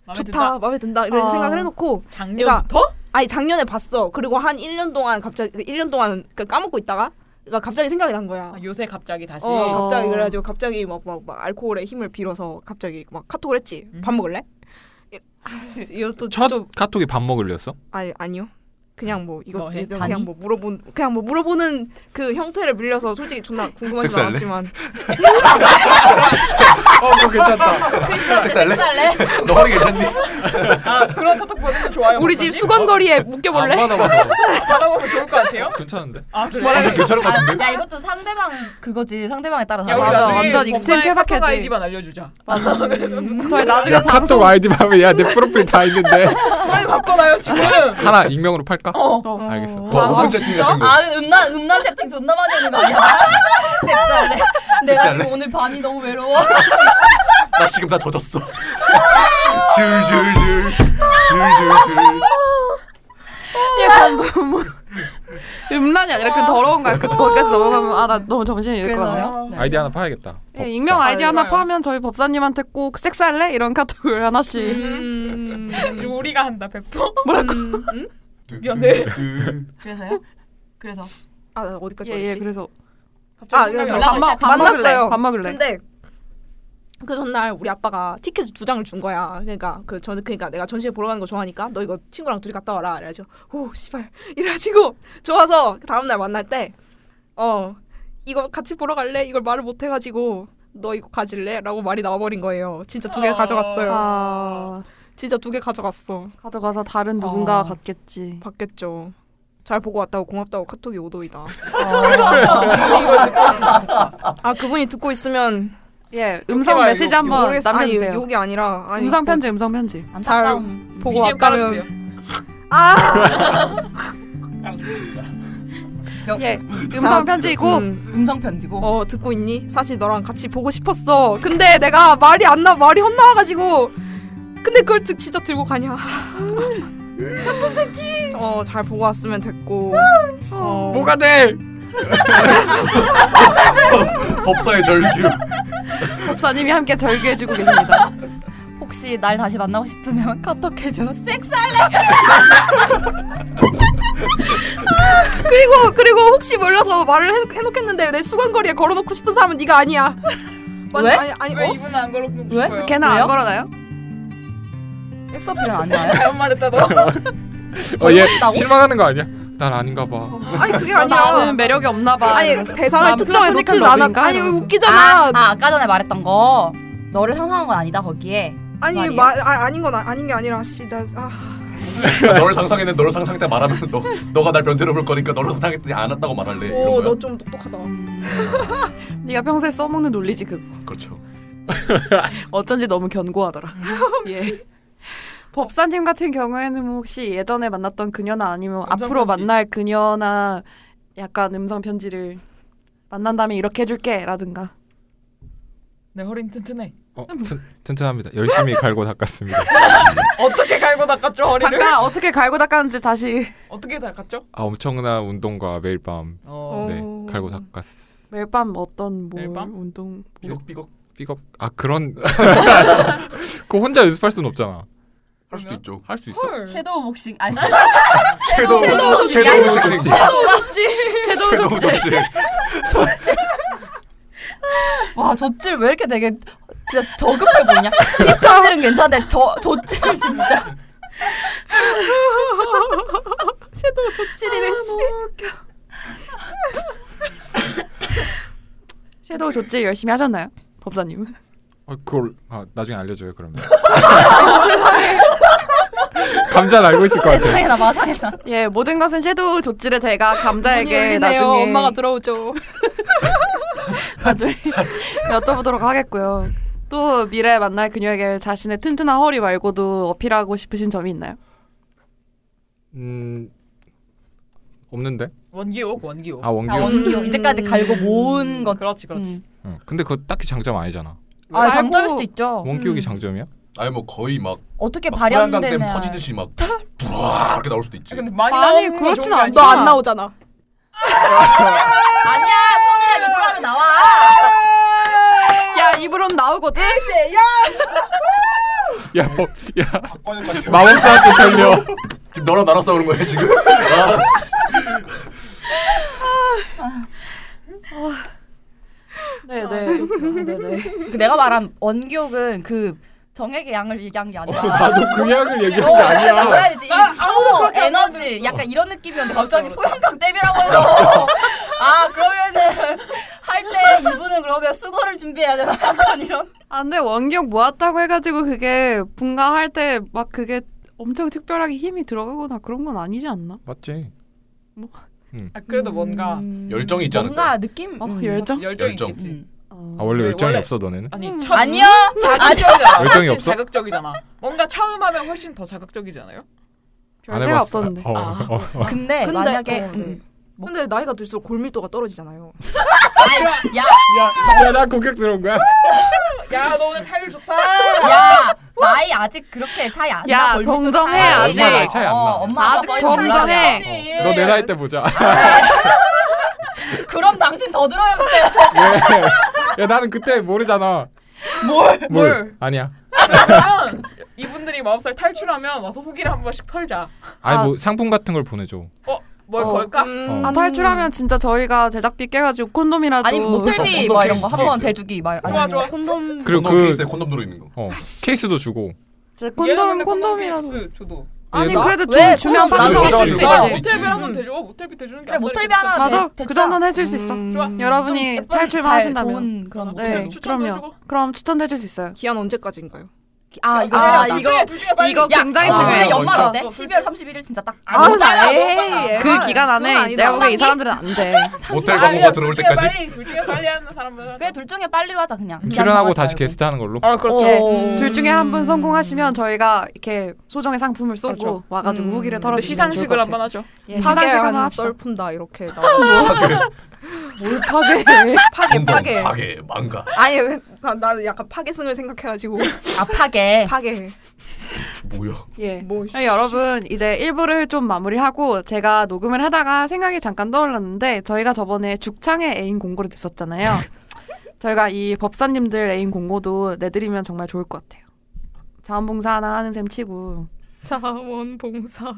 Speaker 3: 마음에
Speaker 5: 좋다
Speaker 3: 든다.
Speaker 5: 마음에 든다 이런
Speaker 2: 아.
Speaker 5: 생각을 해놓고
Speaker 3: 작년부터?
Speaker 2: 그러니까
Speaker 5: 아니 작년에 봤어. 그리고 한 1년 동안 갑자기 1년 동안 그 까먹고 있다가 그러니까 갑자기 생각이 난 거야.
Speaker 3: 아, 요새 갑자기 다시.
Speaker 5: 어,
Speaker 2: 어.
Speaker 5: 갑자기 그래가지고 갑자기 막 막 막 알코올에 힘을 빌어서 갑자기 막 카톡을 했지. 밥
Speaker 3: 음.
Speaker 5: 먹을래? 이- 아, 이것도
Speaker 6: 첫
Speaker 5: 좀
Speaker 6: 카톡이 밥 먹을래였어?
Speaker 5: 아니 아니요. 그냥 뭐 이거
Speaker 3: 너
Speaker 2: 예,
Speaker 3: 해?
Speaker 5: 그냥
Speaker 4: 자니?
Speaker 5: 뭐 물어본 그냥 뭐 물어보는 그 형태를 빌려서 솔직히 존나 궁금하지
Speaker 6: 섹스할래?
Speaker 5: 않았지만
Speaker 8: [LAUGHS] 어 그거 괜찮다. 섹스할래? 너 허리 괜찮니?
Speaker 3: 아 그런 카톡 보내면 좋아요.
Speaker 5: 우리 집
Speaker 3: 박사님?
Speaker 5: 수건거리에
Speaker 2: 뭐?
Speaker 5: 묶여볼래?
Speaker 6: 안 받아봐서
Speaker 3: 받아보면 좋을 것 같아요.
Speaker 6: 괜찮은데?
Speaker 3: 아 그래.
Speaker 8: 아, 괜찮을 것 같은데.
Speaker 4: 야 이것도 상대방 그거지 상대방에 따라서.
Speaker 3: 야, 우리
Speaker 2: 맞아,
Speaker 3: 나중에
Speaker 2: 완전 익스트림
Speaker 3: 법사의 카톡
Speaker 2: 케바케지.
Speaker 3: 아이디만 알려주자.
Speaker 5: 음.
Speaker 2: 저희 나중에
Speaker 6: 카톡 아이디 하면 야내 프로필 다 있는데
Speaker 3: 빨리 바꿔놔요 지금.
Speaker 6: 하나 익명으로 팔까?
Speaker 3: 어.
Speaker 6: 알겠어.
Speaker 8: 방송 채팅 같은 거.
Speaker 4: 아 음란 음란 채팅 존나 많이 오는 거 아니야? [LAUGHS] 섹스할래? 내가 지금 오늘 밤이 너무 외로워.
Speaker 8: 나 지금 다 젖었어. 줄줄줄 줄줄줄.
Speaker 2: 예, 뭐 [LAUGHS] 음란이 아니라 그 더러운 거야. 그 거기까지 넘어가면 아 나 너무 정신이 잃거든요.
Speaker 4: 그래서요. 네.
Speaker 6: 아이디 하나 파야겠다.
Speaker 2: 예, 익명 아이디
Speaker 3: 아,
Speaker 2: 하나
Speaker 3: 좋아요.
Speaker 2: 파면 저희 법사님한테 꼭 섹스할래 이런 카톡을 하나씩
Speaker 5: 음,
Speaker 3: 우리가 한다 백퍼.
Speaker 2: 뭐라고
Speaker 5: 음, 음?
Speaker 3: 미안해.
Speaker 4: 그래서요? 그래서
Speaker 5: 아 어디까지
Speaker 2: 예예
Speaker 5: 말했지?
Speaker 2: 그래서
Speaker 5: 아,
Speaker 3: 생각이
Speaker 5: 그래서
Speaker 3: 안
Speaker 5: 밥
Speaker 3: 나서
Speaker 5: 먹- 밥
Speaker 2: 먹을래
Speaker 5: 만났어요. 음.
Speaker 2: 밥 먹을래
Speaker 5: 근데 그 전날 우리 아빠가 티켓 두 장을 준 거야. 그러니까 그 저는 그러니까 내가 전시회 보러 가는 거 좋아하니까 너 이거 친구랑 둘이 갔다 와라. 그래가지고오 씨발 [LAUGHS] 이래가지고 좋아서 그 다음 날 만날 때 어 이거 같이 보러 갈래? 이걸 말을 못 해가지고 너 이거 가질래? 라고 말이 나와버린 거예요. 진짜 두 개
Speaker 3: 어.
Speaker 5: 가져갔어요.
Speaker 2: 아
Speaker 5: 진짜 두 개 가져갔어.
Speaker 2: 가져가서 다른 누군가
Speaker 5: 어.
Speaker 2: 갔겠지
Speaker 5: 받겠죠. 잘 보고 왔다고 고맙다고
Speaker 2: [LAUGHS]
Speaker 5: 카톡이 오도이다. 아 그분이 듣고 있으면
Speaker 2: 예 음성
Speaker 3: 말고
Speaker 2: 메시지 한번
Speaker 5: 모르겠어. 아니
Speaker 2: 남겨주세요
Speaker 5: 욕이 아니라 뭐 아니,
Speaker 2: 음성 편지 음성 편지
Speaker 4: 아, 안타까움.
Speaker 5: 보- 보고
Speaker 3: BGM 깔아주세요.
Speaker 5: 왔다면 아
Speaker 2: 예
Speaker 5: 그
Speaker 2: 음성 편지이고
Speaker 5: 음.
Speaker 4: 음성 편지고.
Speaker 5: 어 듣고 있니? 사실 너랑 같이 보고 싶었어. 근데 내가 말이 안 나 말이 헛나와가지고 근데 그걸 드- 진짜 들고 가냐? 나쁜 새끼. [LAUGHS] 어잘 보고 왔으면 됐고.
Speaker 2: 음.
Speaker 5: 어,
Speaker 8: 뭐가 돼? [LAUGHS] 법사의 절규.
Speaker 2: 목사님이 함께 절규해주고 계십니다
Speaker 4: 혹시 날 다시 만나고 싶으면 [LAUGHS] 카톡 해줘. 섹스.
Speaker 5: 그리고 그리고 혹시 몰라서 말을 해, 해놓겠는데 내 수건거리에 걸어놓고 싶은 사람은 네가 아니야.
Speaker 4: 왜?
Speaker 5: 아니 아니
Speaker 3: 왜
Speaker 5: 어?
Speaker 3: 이분은 안 걸어놓고
Speaker 4: 왜?
Speaker 3: 싶어요?
Speaker 2: 걔는
Speaker 4: 왜요?
Speaker 2: 안 걸어나요?
Speaker 4: 섹스 어필은
Speaker 3: [LAUGHS]
Speaker 4: 안 해요.
Speaker 3: 잘못 말했다 너.
Speaker 6: 어얘 실망하는 거 아니야? 난 아닌가 봐.
Speaker 5: 아니 그게 아니야.
Speaker 2: 나는 매력이 없나봐
Speaker 5: 아니 대상을
Speaker 2: 난
Speaker 5: 특정해 놓진
Speaker 2: 플라토닉한
Speaker 5: 않아.
Speaker 2: 러브인가?
Speaker 5: 아니
Speaker 2: 이러면서.
Speaker 5: 웃기잖아.
Speaker 4: 아, 아까 전에 말했던 거. 너를 상상한 건 아니다 거기에.
Speaker 5: 아니
Speaker 4: 말이야?
Speaker 5: 마, 아, 아닌 건 아, 아닌 게 아니라 씨나 아.
Speaker 8: 너를 상상했는데 너를 상상했다 말하면 너 너가 날 변태로 볼 거니까 너를 상상했더니 안 왔다고
Speaker 2: 네,
Speaker 8: 말할래. 이런 거야?
Speaker 5: 오너 좀 똑똑하다.
Speaker 2: 네가 평소에 써먹는 논리지 그거
Speaker 8: 그렇죠.
Speaker 2: 어쩐지 너무 견고하더라. [LAUGHS] 예. 법사님 같은 경우에는 뭐 혹시 예전에 만났던 그녀나 아니면
Speaker 3: 음성
Speaker 2: 앞으로
Speaker 3: 편지.
Speaker 2: 만날 그녀나 약간 음성 편지를 만난다면 이렇게 해줄게라든가.
Speaker 3: 내 허리는 튼튼해.
Speaker 6: 어, 튼, 튼튼합니다. 열심히 갈고 닦았습니다.
Speaker 3: 어떻게 갈고 닦았죠 허리를?
Speaker 2: 잠깐 어떻게 갈고 닦았는지 다시
Speaker 3: 어떻게 닦았죠?
Speaker 6: 아 엄청난 운동과 매일 밤
Speaker 3: 어.
Speaker 6: 네,
Speaker 5: 오.
Speaker 6: 갈고 닦았.
Speaker 2: 매일 밤 어떤 뭐
Speaker 3: 매일 밤?
Speaker 2: 운동
Speaker 3: [LAUGHS]
Speaker 8: 삐걱삐걱
Speaker 6: 삐걱. 아 그런. [LAUGHS] 그거 혼자 연습할 수는 없잖아.
Speaker 8: 할 수도 있죠.
Speaker 6: 할 수 있어?
Speaker 3: 헐.
Speaker 4: 섀도우 복싱 아니
Speaker 6: 어,
Speaker 4: 어,
Speaker 8: 섀도우
Speaker 5: 섀도우 좀
Speaker 8: 섀도우 섹싱.
Speaker 2: 섀도우
Speaker 8: 섀도우
Speaker 2: 섭제
Speaker 8: 섹싱.
Speaker 4: [LAUGHS] 와 젖질 왜 이렇게 되게 진짜 저급해 보이냐? 시리즈질은 괜찮은데 저 젖질 진짜.
Speaker 5: 섀도우
Speaker 2: 아,
Speaker 5: 족질이네 씨.
Speaker 2: 섀도우 조지 열심히 하셨나요? 법사님은
Speaker 6: 아, 그걸 아, 나중에 알려줘요 그러면. 감자는 알고 있을 것 같아요.
Speaker 4: 세상에나 마상에나.
Speaker 2: 예 모든 것은 섀도우 조지를 대가
Speaker 5: 문이
Speaker 2: 감자에게
Speaker 5: 열리네요.
Speaker 2: 나중에
Speaker 5: 엄마가 들어오죠.
Speaker 2: 나중에 [LAUGHS] 여쭤보도록 하겠고요. 또 미래에 만날 그녀에게 자신의 튼튼한 허리 말고도 어필하고 싶으신 점이 있나요?
Speaker 6: 음 없는데?
Speaker 3: 원기옥 원기옥.
Speaker 6: 아 원기.
Speaker 4: 아, 원기요 이제까지 갈고 모은 것.
Speaker 3: 그렇지
Speaker 2: 음.
Speaker 3: 그렇지.
Speaker 6: 응. 근데 그거 딱히 장점 아니잖아.
Speaker 4: 아
Speaker 2: 갈고-
Speaker 4: 장점일 수도 있죠.
Speaker 6: 원기옥이 장점이야?
Speaker 8: 아니 뭐 거의 막
Speaker 4: 어떻게
Speaker 8: 소양강 댐
Speaker 4: 발현되냐.
Speaker 8: 터지듯이 막 부라 이렇게 나올 수도 있지.
Speaker 3: 근데 많이
Speaker 2: 아니,
Speaker 3: 나오는 건
Speaker 2: 그렇진
Speaker 3: 좋은 게 아니야.
Speaker 2: 않다.
Speaker 7: 너 안 나오잖아.
Speaker 4: 아니야 손이랑 입으로 하면 나와.
Speaker 2: 야 입으론 나오거든.
Speaker 6: 야, 뭐, 야
Speaker 8: 박관일 같아요.
Speaker 6: 마법사한테 달려.
Speaker 8: [LAUGHS] 지금 너랑 나랑 싸우는 거야 지금? 아,
Speaker 2: 네네.
Speaker 5: 아,
Speaker 2: 네네.
Speaker 4: 그 내가 말한 원기옥은 그 정액의 양을 얘기한 게 아니라.
Speaker 6: 나도 그 약을 얘기한
Speaker 4: 어,
Speaker 6: 게
Speaker 4: 뭐라
Speaker 6: 아니야.
Speaker 4: 해야 되지? 파워 에너지 약간 이런 느낌이었는데 아, 갑자기 소형강 댐이라고 해서 [LAUGHS] 아 그러면은 할 때 이분은 그러면 수거를 준비해야 되나 [LAUGHS] 약간 이런
Speaker 2: 아 근데 원기옥 모았다고 해가지고 그게 분가할 때 막 그게 엄청 특별하게 힘이 들어가거나 그런 건 아니지 않나?
Speaker 6: 맞지.
Speaker 3: 아, 그래도
Speaker 2: 음.
Speaker 3: 뭔가
Speaker 8: 열정이 있지 않을까?
Speaker 4: 뭔가 느낌
Speaker 2: 어
Speaker 4: 음.
Speaker 2: 열정?
Speaker 3: 열정이
Speaker 8: 열정.
Speaker 3: 있겠지.
Speaker 4: 음.
Speaker 2: 어.
Speaker 6: 아 원래
Speaker 3: 네,
Speaker 6: 열정이
Speaker 3: 원래-
Speaker 6: 없어 너네는?
Speaker 3: 아니 처음
Speaker 4: 아니요
Speaker 3: 자극적이잖아.
Speaker 6: 열정이
Speaker 3: 훨씬
Speaker 6: 없어?
Speaker 3: 자극적이잖아. 뭔가 처음 하면 훨씬 더 자극적이잖아요.
Speaker 2: 별 생각 없었는데.
Speaker 6: 어, [LAUGHS]
Speaker 3: 아.
Speaker 6: 어.
Speaker 4: 근데,
Speaker 5: 근데-
Speaker 4: 만약에
Speaker 5: 어, 네.
Speaker 4: 음. 뭐-
Speaker 5: 근데 나이가 들수록 골밀도가 떨어지잖아요.
Speaker 4: 야,
Speaker 6: 야, 야나 고객 들어온 거야?
Speaker 3: 야 너 오늘 타율 좋다.
Speaker 4: 야 나이 아직 그렇게 차이 어, 안나
Speaker 2: 야, 정정해, 아직.
Speaker 6: 엄마 나이 차이 안 나.
Speaker 2: 아직 정정해.
Speaker 6: 너 내 나이 때 보자.
Speaker 4: 그럼 당신 더 들어야겠어요
Speaker 6: 예. 왜? 야 나는 그때 모르잖아. 뭘? 뭘? 아니야.
Speaker 3: 그러면 이분들이 남자들이 마법사를 탈출하면 와서 후기를 한 번씩 털자.
Speaker 6: 아니 뭐 상품 같은 걸 보내줘.
Speaker 3: 뭘
Speaker 2: 어.
Speaker 3: 걸까?
Speaker 5: 음.
Speaker 2: 아 탈출하면 진짜 저희가 제작비 깨가지고 콘돔이라도
Speaker 4: 아니 모텔비
Speaker 8: 콘돔
Speaker 4: 막 이런
Speaker 8: 케이스
Speaker 4: 거 한
Speaker 8: 케이스.
Speaker 4: 번 대주기 말
Speaker 3: 좋아,
Speaker 4: 아니면
Speaker 3: 좋아.
Speaker 4: 콘돔
Speaker 6: 그리고
Speaker 8: 콘돔
Speaker 6: 그
Speaker 8: 케이스에 콘돔 들어 있는 거.
Speaker 6: 어, 케이스도 주고.
Speaker 2: 진짜
Speaker 3: 얘는
Speaker 2: 음, 콘돔
Speaker 3: 근데
Speaker 2: 콘돔이라도
Speaker 3: 케이스 줘도.
Speaker 2: 아니
Speaker 6: 나?
Speaker 2: 그래도
Speaker 4: 왜?
Speaker 2: 좀 주면
Speaker 4: 콘돔
Speaker 2: 받을
Speaker 8: 사줘도
Speaker 2: 수 있지
Speaker 8: 돼요.
Speaker 2: 맞아
Speaker 3: 모텔비 한번 대줘. 모텔비 대주는 게
Speaker 4: 그래,
Speaker 3: 앞서니까
Speaker 4: 모텔비 하나
Speaker 3: 괜찮아. 네, 음.
Speaker 4: 맞아.
Speaker 2: 그 정도는 해줄 수 있어
Speaker 5: 음.
Speaker 3: 좋아.
Speaker 2: 여러분이
Speaker 4: 예쁜,
Speaker 2: 탈출만
Speaker 4: 잘
Speaker 2: 하신다면
Speaker 4: 좋은 그런
Speaker 3: 네.
Speaker 4: 모텔.
Speaker 3: 추천도 해주고.
Speaker 2: 그럼요 그럼 추천도 해줄 수 있어요
Speaker 5: 기한 언제까지인가요?
Speaker 4: 아 이거
Speaker 2: 아,
Speaker 4: 진짜
Speaker 3: 둘 중에, 둘 중에 빨리.
Speaker 2: 이거 굉장히
Speaker 4: 아,
Speaker 2: 중요해요.
Speaker 4: 진짜 연말
Speaker 3: 먼저.
Speaker 4: 어때? 12월 31일 진짜 딱
Speaker 5: 아,
Speaker 4: 너무 짧아,
Speaker 5: 에이,
Speaker 4: 너무 빨라.
Speaker 5: 에이.
Speaker 2: 그 기간 안에
Speaker 5: 아니다.
Speaker 2: 내가 보기엔 이 사람들은 안돼
Speaker 8: 모텔
Speaker 3: 아니야,
Speaker 8: 광고가 들어올
Speaker 3: 둘 중에
Speaker 8: 때까지.
Speaker 3: 빨리, 둘 중에 빨리 하는 사람들.
Speaker 4: 그래 둘 중에 빨리로 하자 그냥. 뭐 기한
Speaker 6: 출연하고
Speaker 4: 정하지
Speaker 6: 다시
Speaker 4: 말고.
Speaker 6: 게스트 하는 걸로.
Speaker 3: 아 그렇죠.
Speaker 2: 네.
Speaker 4: 어.
Speaker 2: 둘 중에 한 분 성공하시면 저희가 이렇게 소정의 상품을 쏘고
Speaker 3: 그렇죠.
Speaker 2: 와가지고
Speaker 5: 음.
Speaker 2: 후기를
Speaker 3: 근데
Speaker 2: 털어주면
Speaker 3: 시상식을 한번 하죠.
Speaker 2: 예, 시상식 한번
Speaker 5: 파괴한
Speaker 2: 합시다
Speaker 5: 썰 푼다 이렇게 나와.
Speaker 2: 뭘 파괴
Speaker 5: 파괴
Speaker 8: 콘돔,
Speaker 5: 파괴.
Speaker 8: 파괴, 망가.
Speaker 5: 아니 나, 나 약간 파괴승을 생각해가지고
Speaker 2: 네.
Speaker 4: 아파게.
Speaker 5: 파괴.
Speaker 8: 뭐야?
Speaker 2: 예.
Speaker 3: 뭐
Speaker 2: 네, 여러분 이제 1부를 좀 마무리하고 제가 녹음을 하다가 생각이 잠깐 떠올랐는데 저희가 저번에 죽창의 애인 공고를 냈었잖아요. 저희가 이 법사님들 애인 공고도 내드리면 정말 좋을 것 같아요. 자원봉사 하나 하는 셈 치고
Speaker 5: 자원봉사.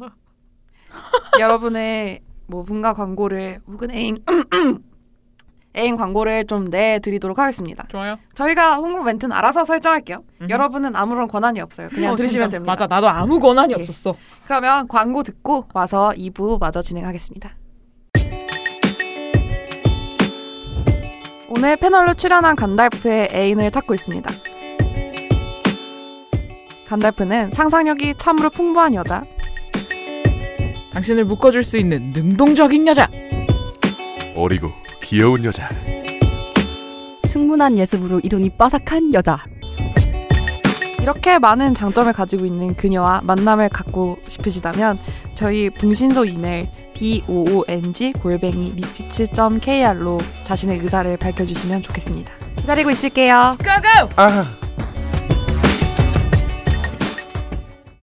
Speaker 2: 여러분의 뭐 분가 광고를 혹은 애인 [CLEARS THROAT] 애인 광고를 좀 내드리도록 하겠습니다.
Speaker 3: 좋아요.
Speaker 2: 저희가 홍보 멘트는 알아서 설정할게요.
Speaker 3: 음.
Speaker 2: 여러분은 아무런 권한이 없어요. 그냥 들으시면 됩니다.
Speaker 3: 맞아, 나도 아무 권한이
Speaker 2: 예.
Speaker 3: 없었어.
Speaker 2: 그러면 광고 듣고 와서 2부 마저 진행하겠습니다. 오늘 패널로 출연한 간달프의 애인을 찾고 있습니다. 간달프는 상상력이 참으로 풍부한 여자,
Speaker 3: 당신을 묶어줄 수 있는 능동적인 여자.
Speaker 1: 어리고 귀여운 여자.
Speaker 9: 충분한 예습으로 이론이 빠삭한 여자.
Speaker 2: 이렇게 많은 장점을 가지고 있는 그녀와 만남을 갖고 싶으시다면 저희 붕신소 이메일 boong 골뱅이 미스피츠.kr로 자신의 의사를 밝혀주시면 좋겠습니다. 기다리고 있을게요.
Speaker 3: 고고!
Speaker 1: 아,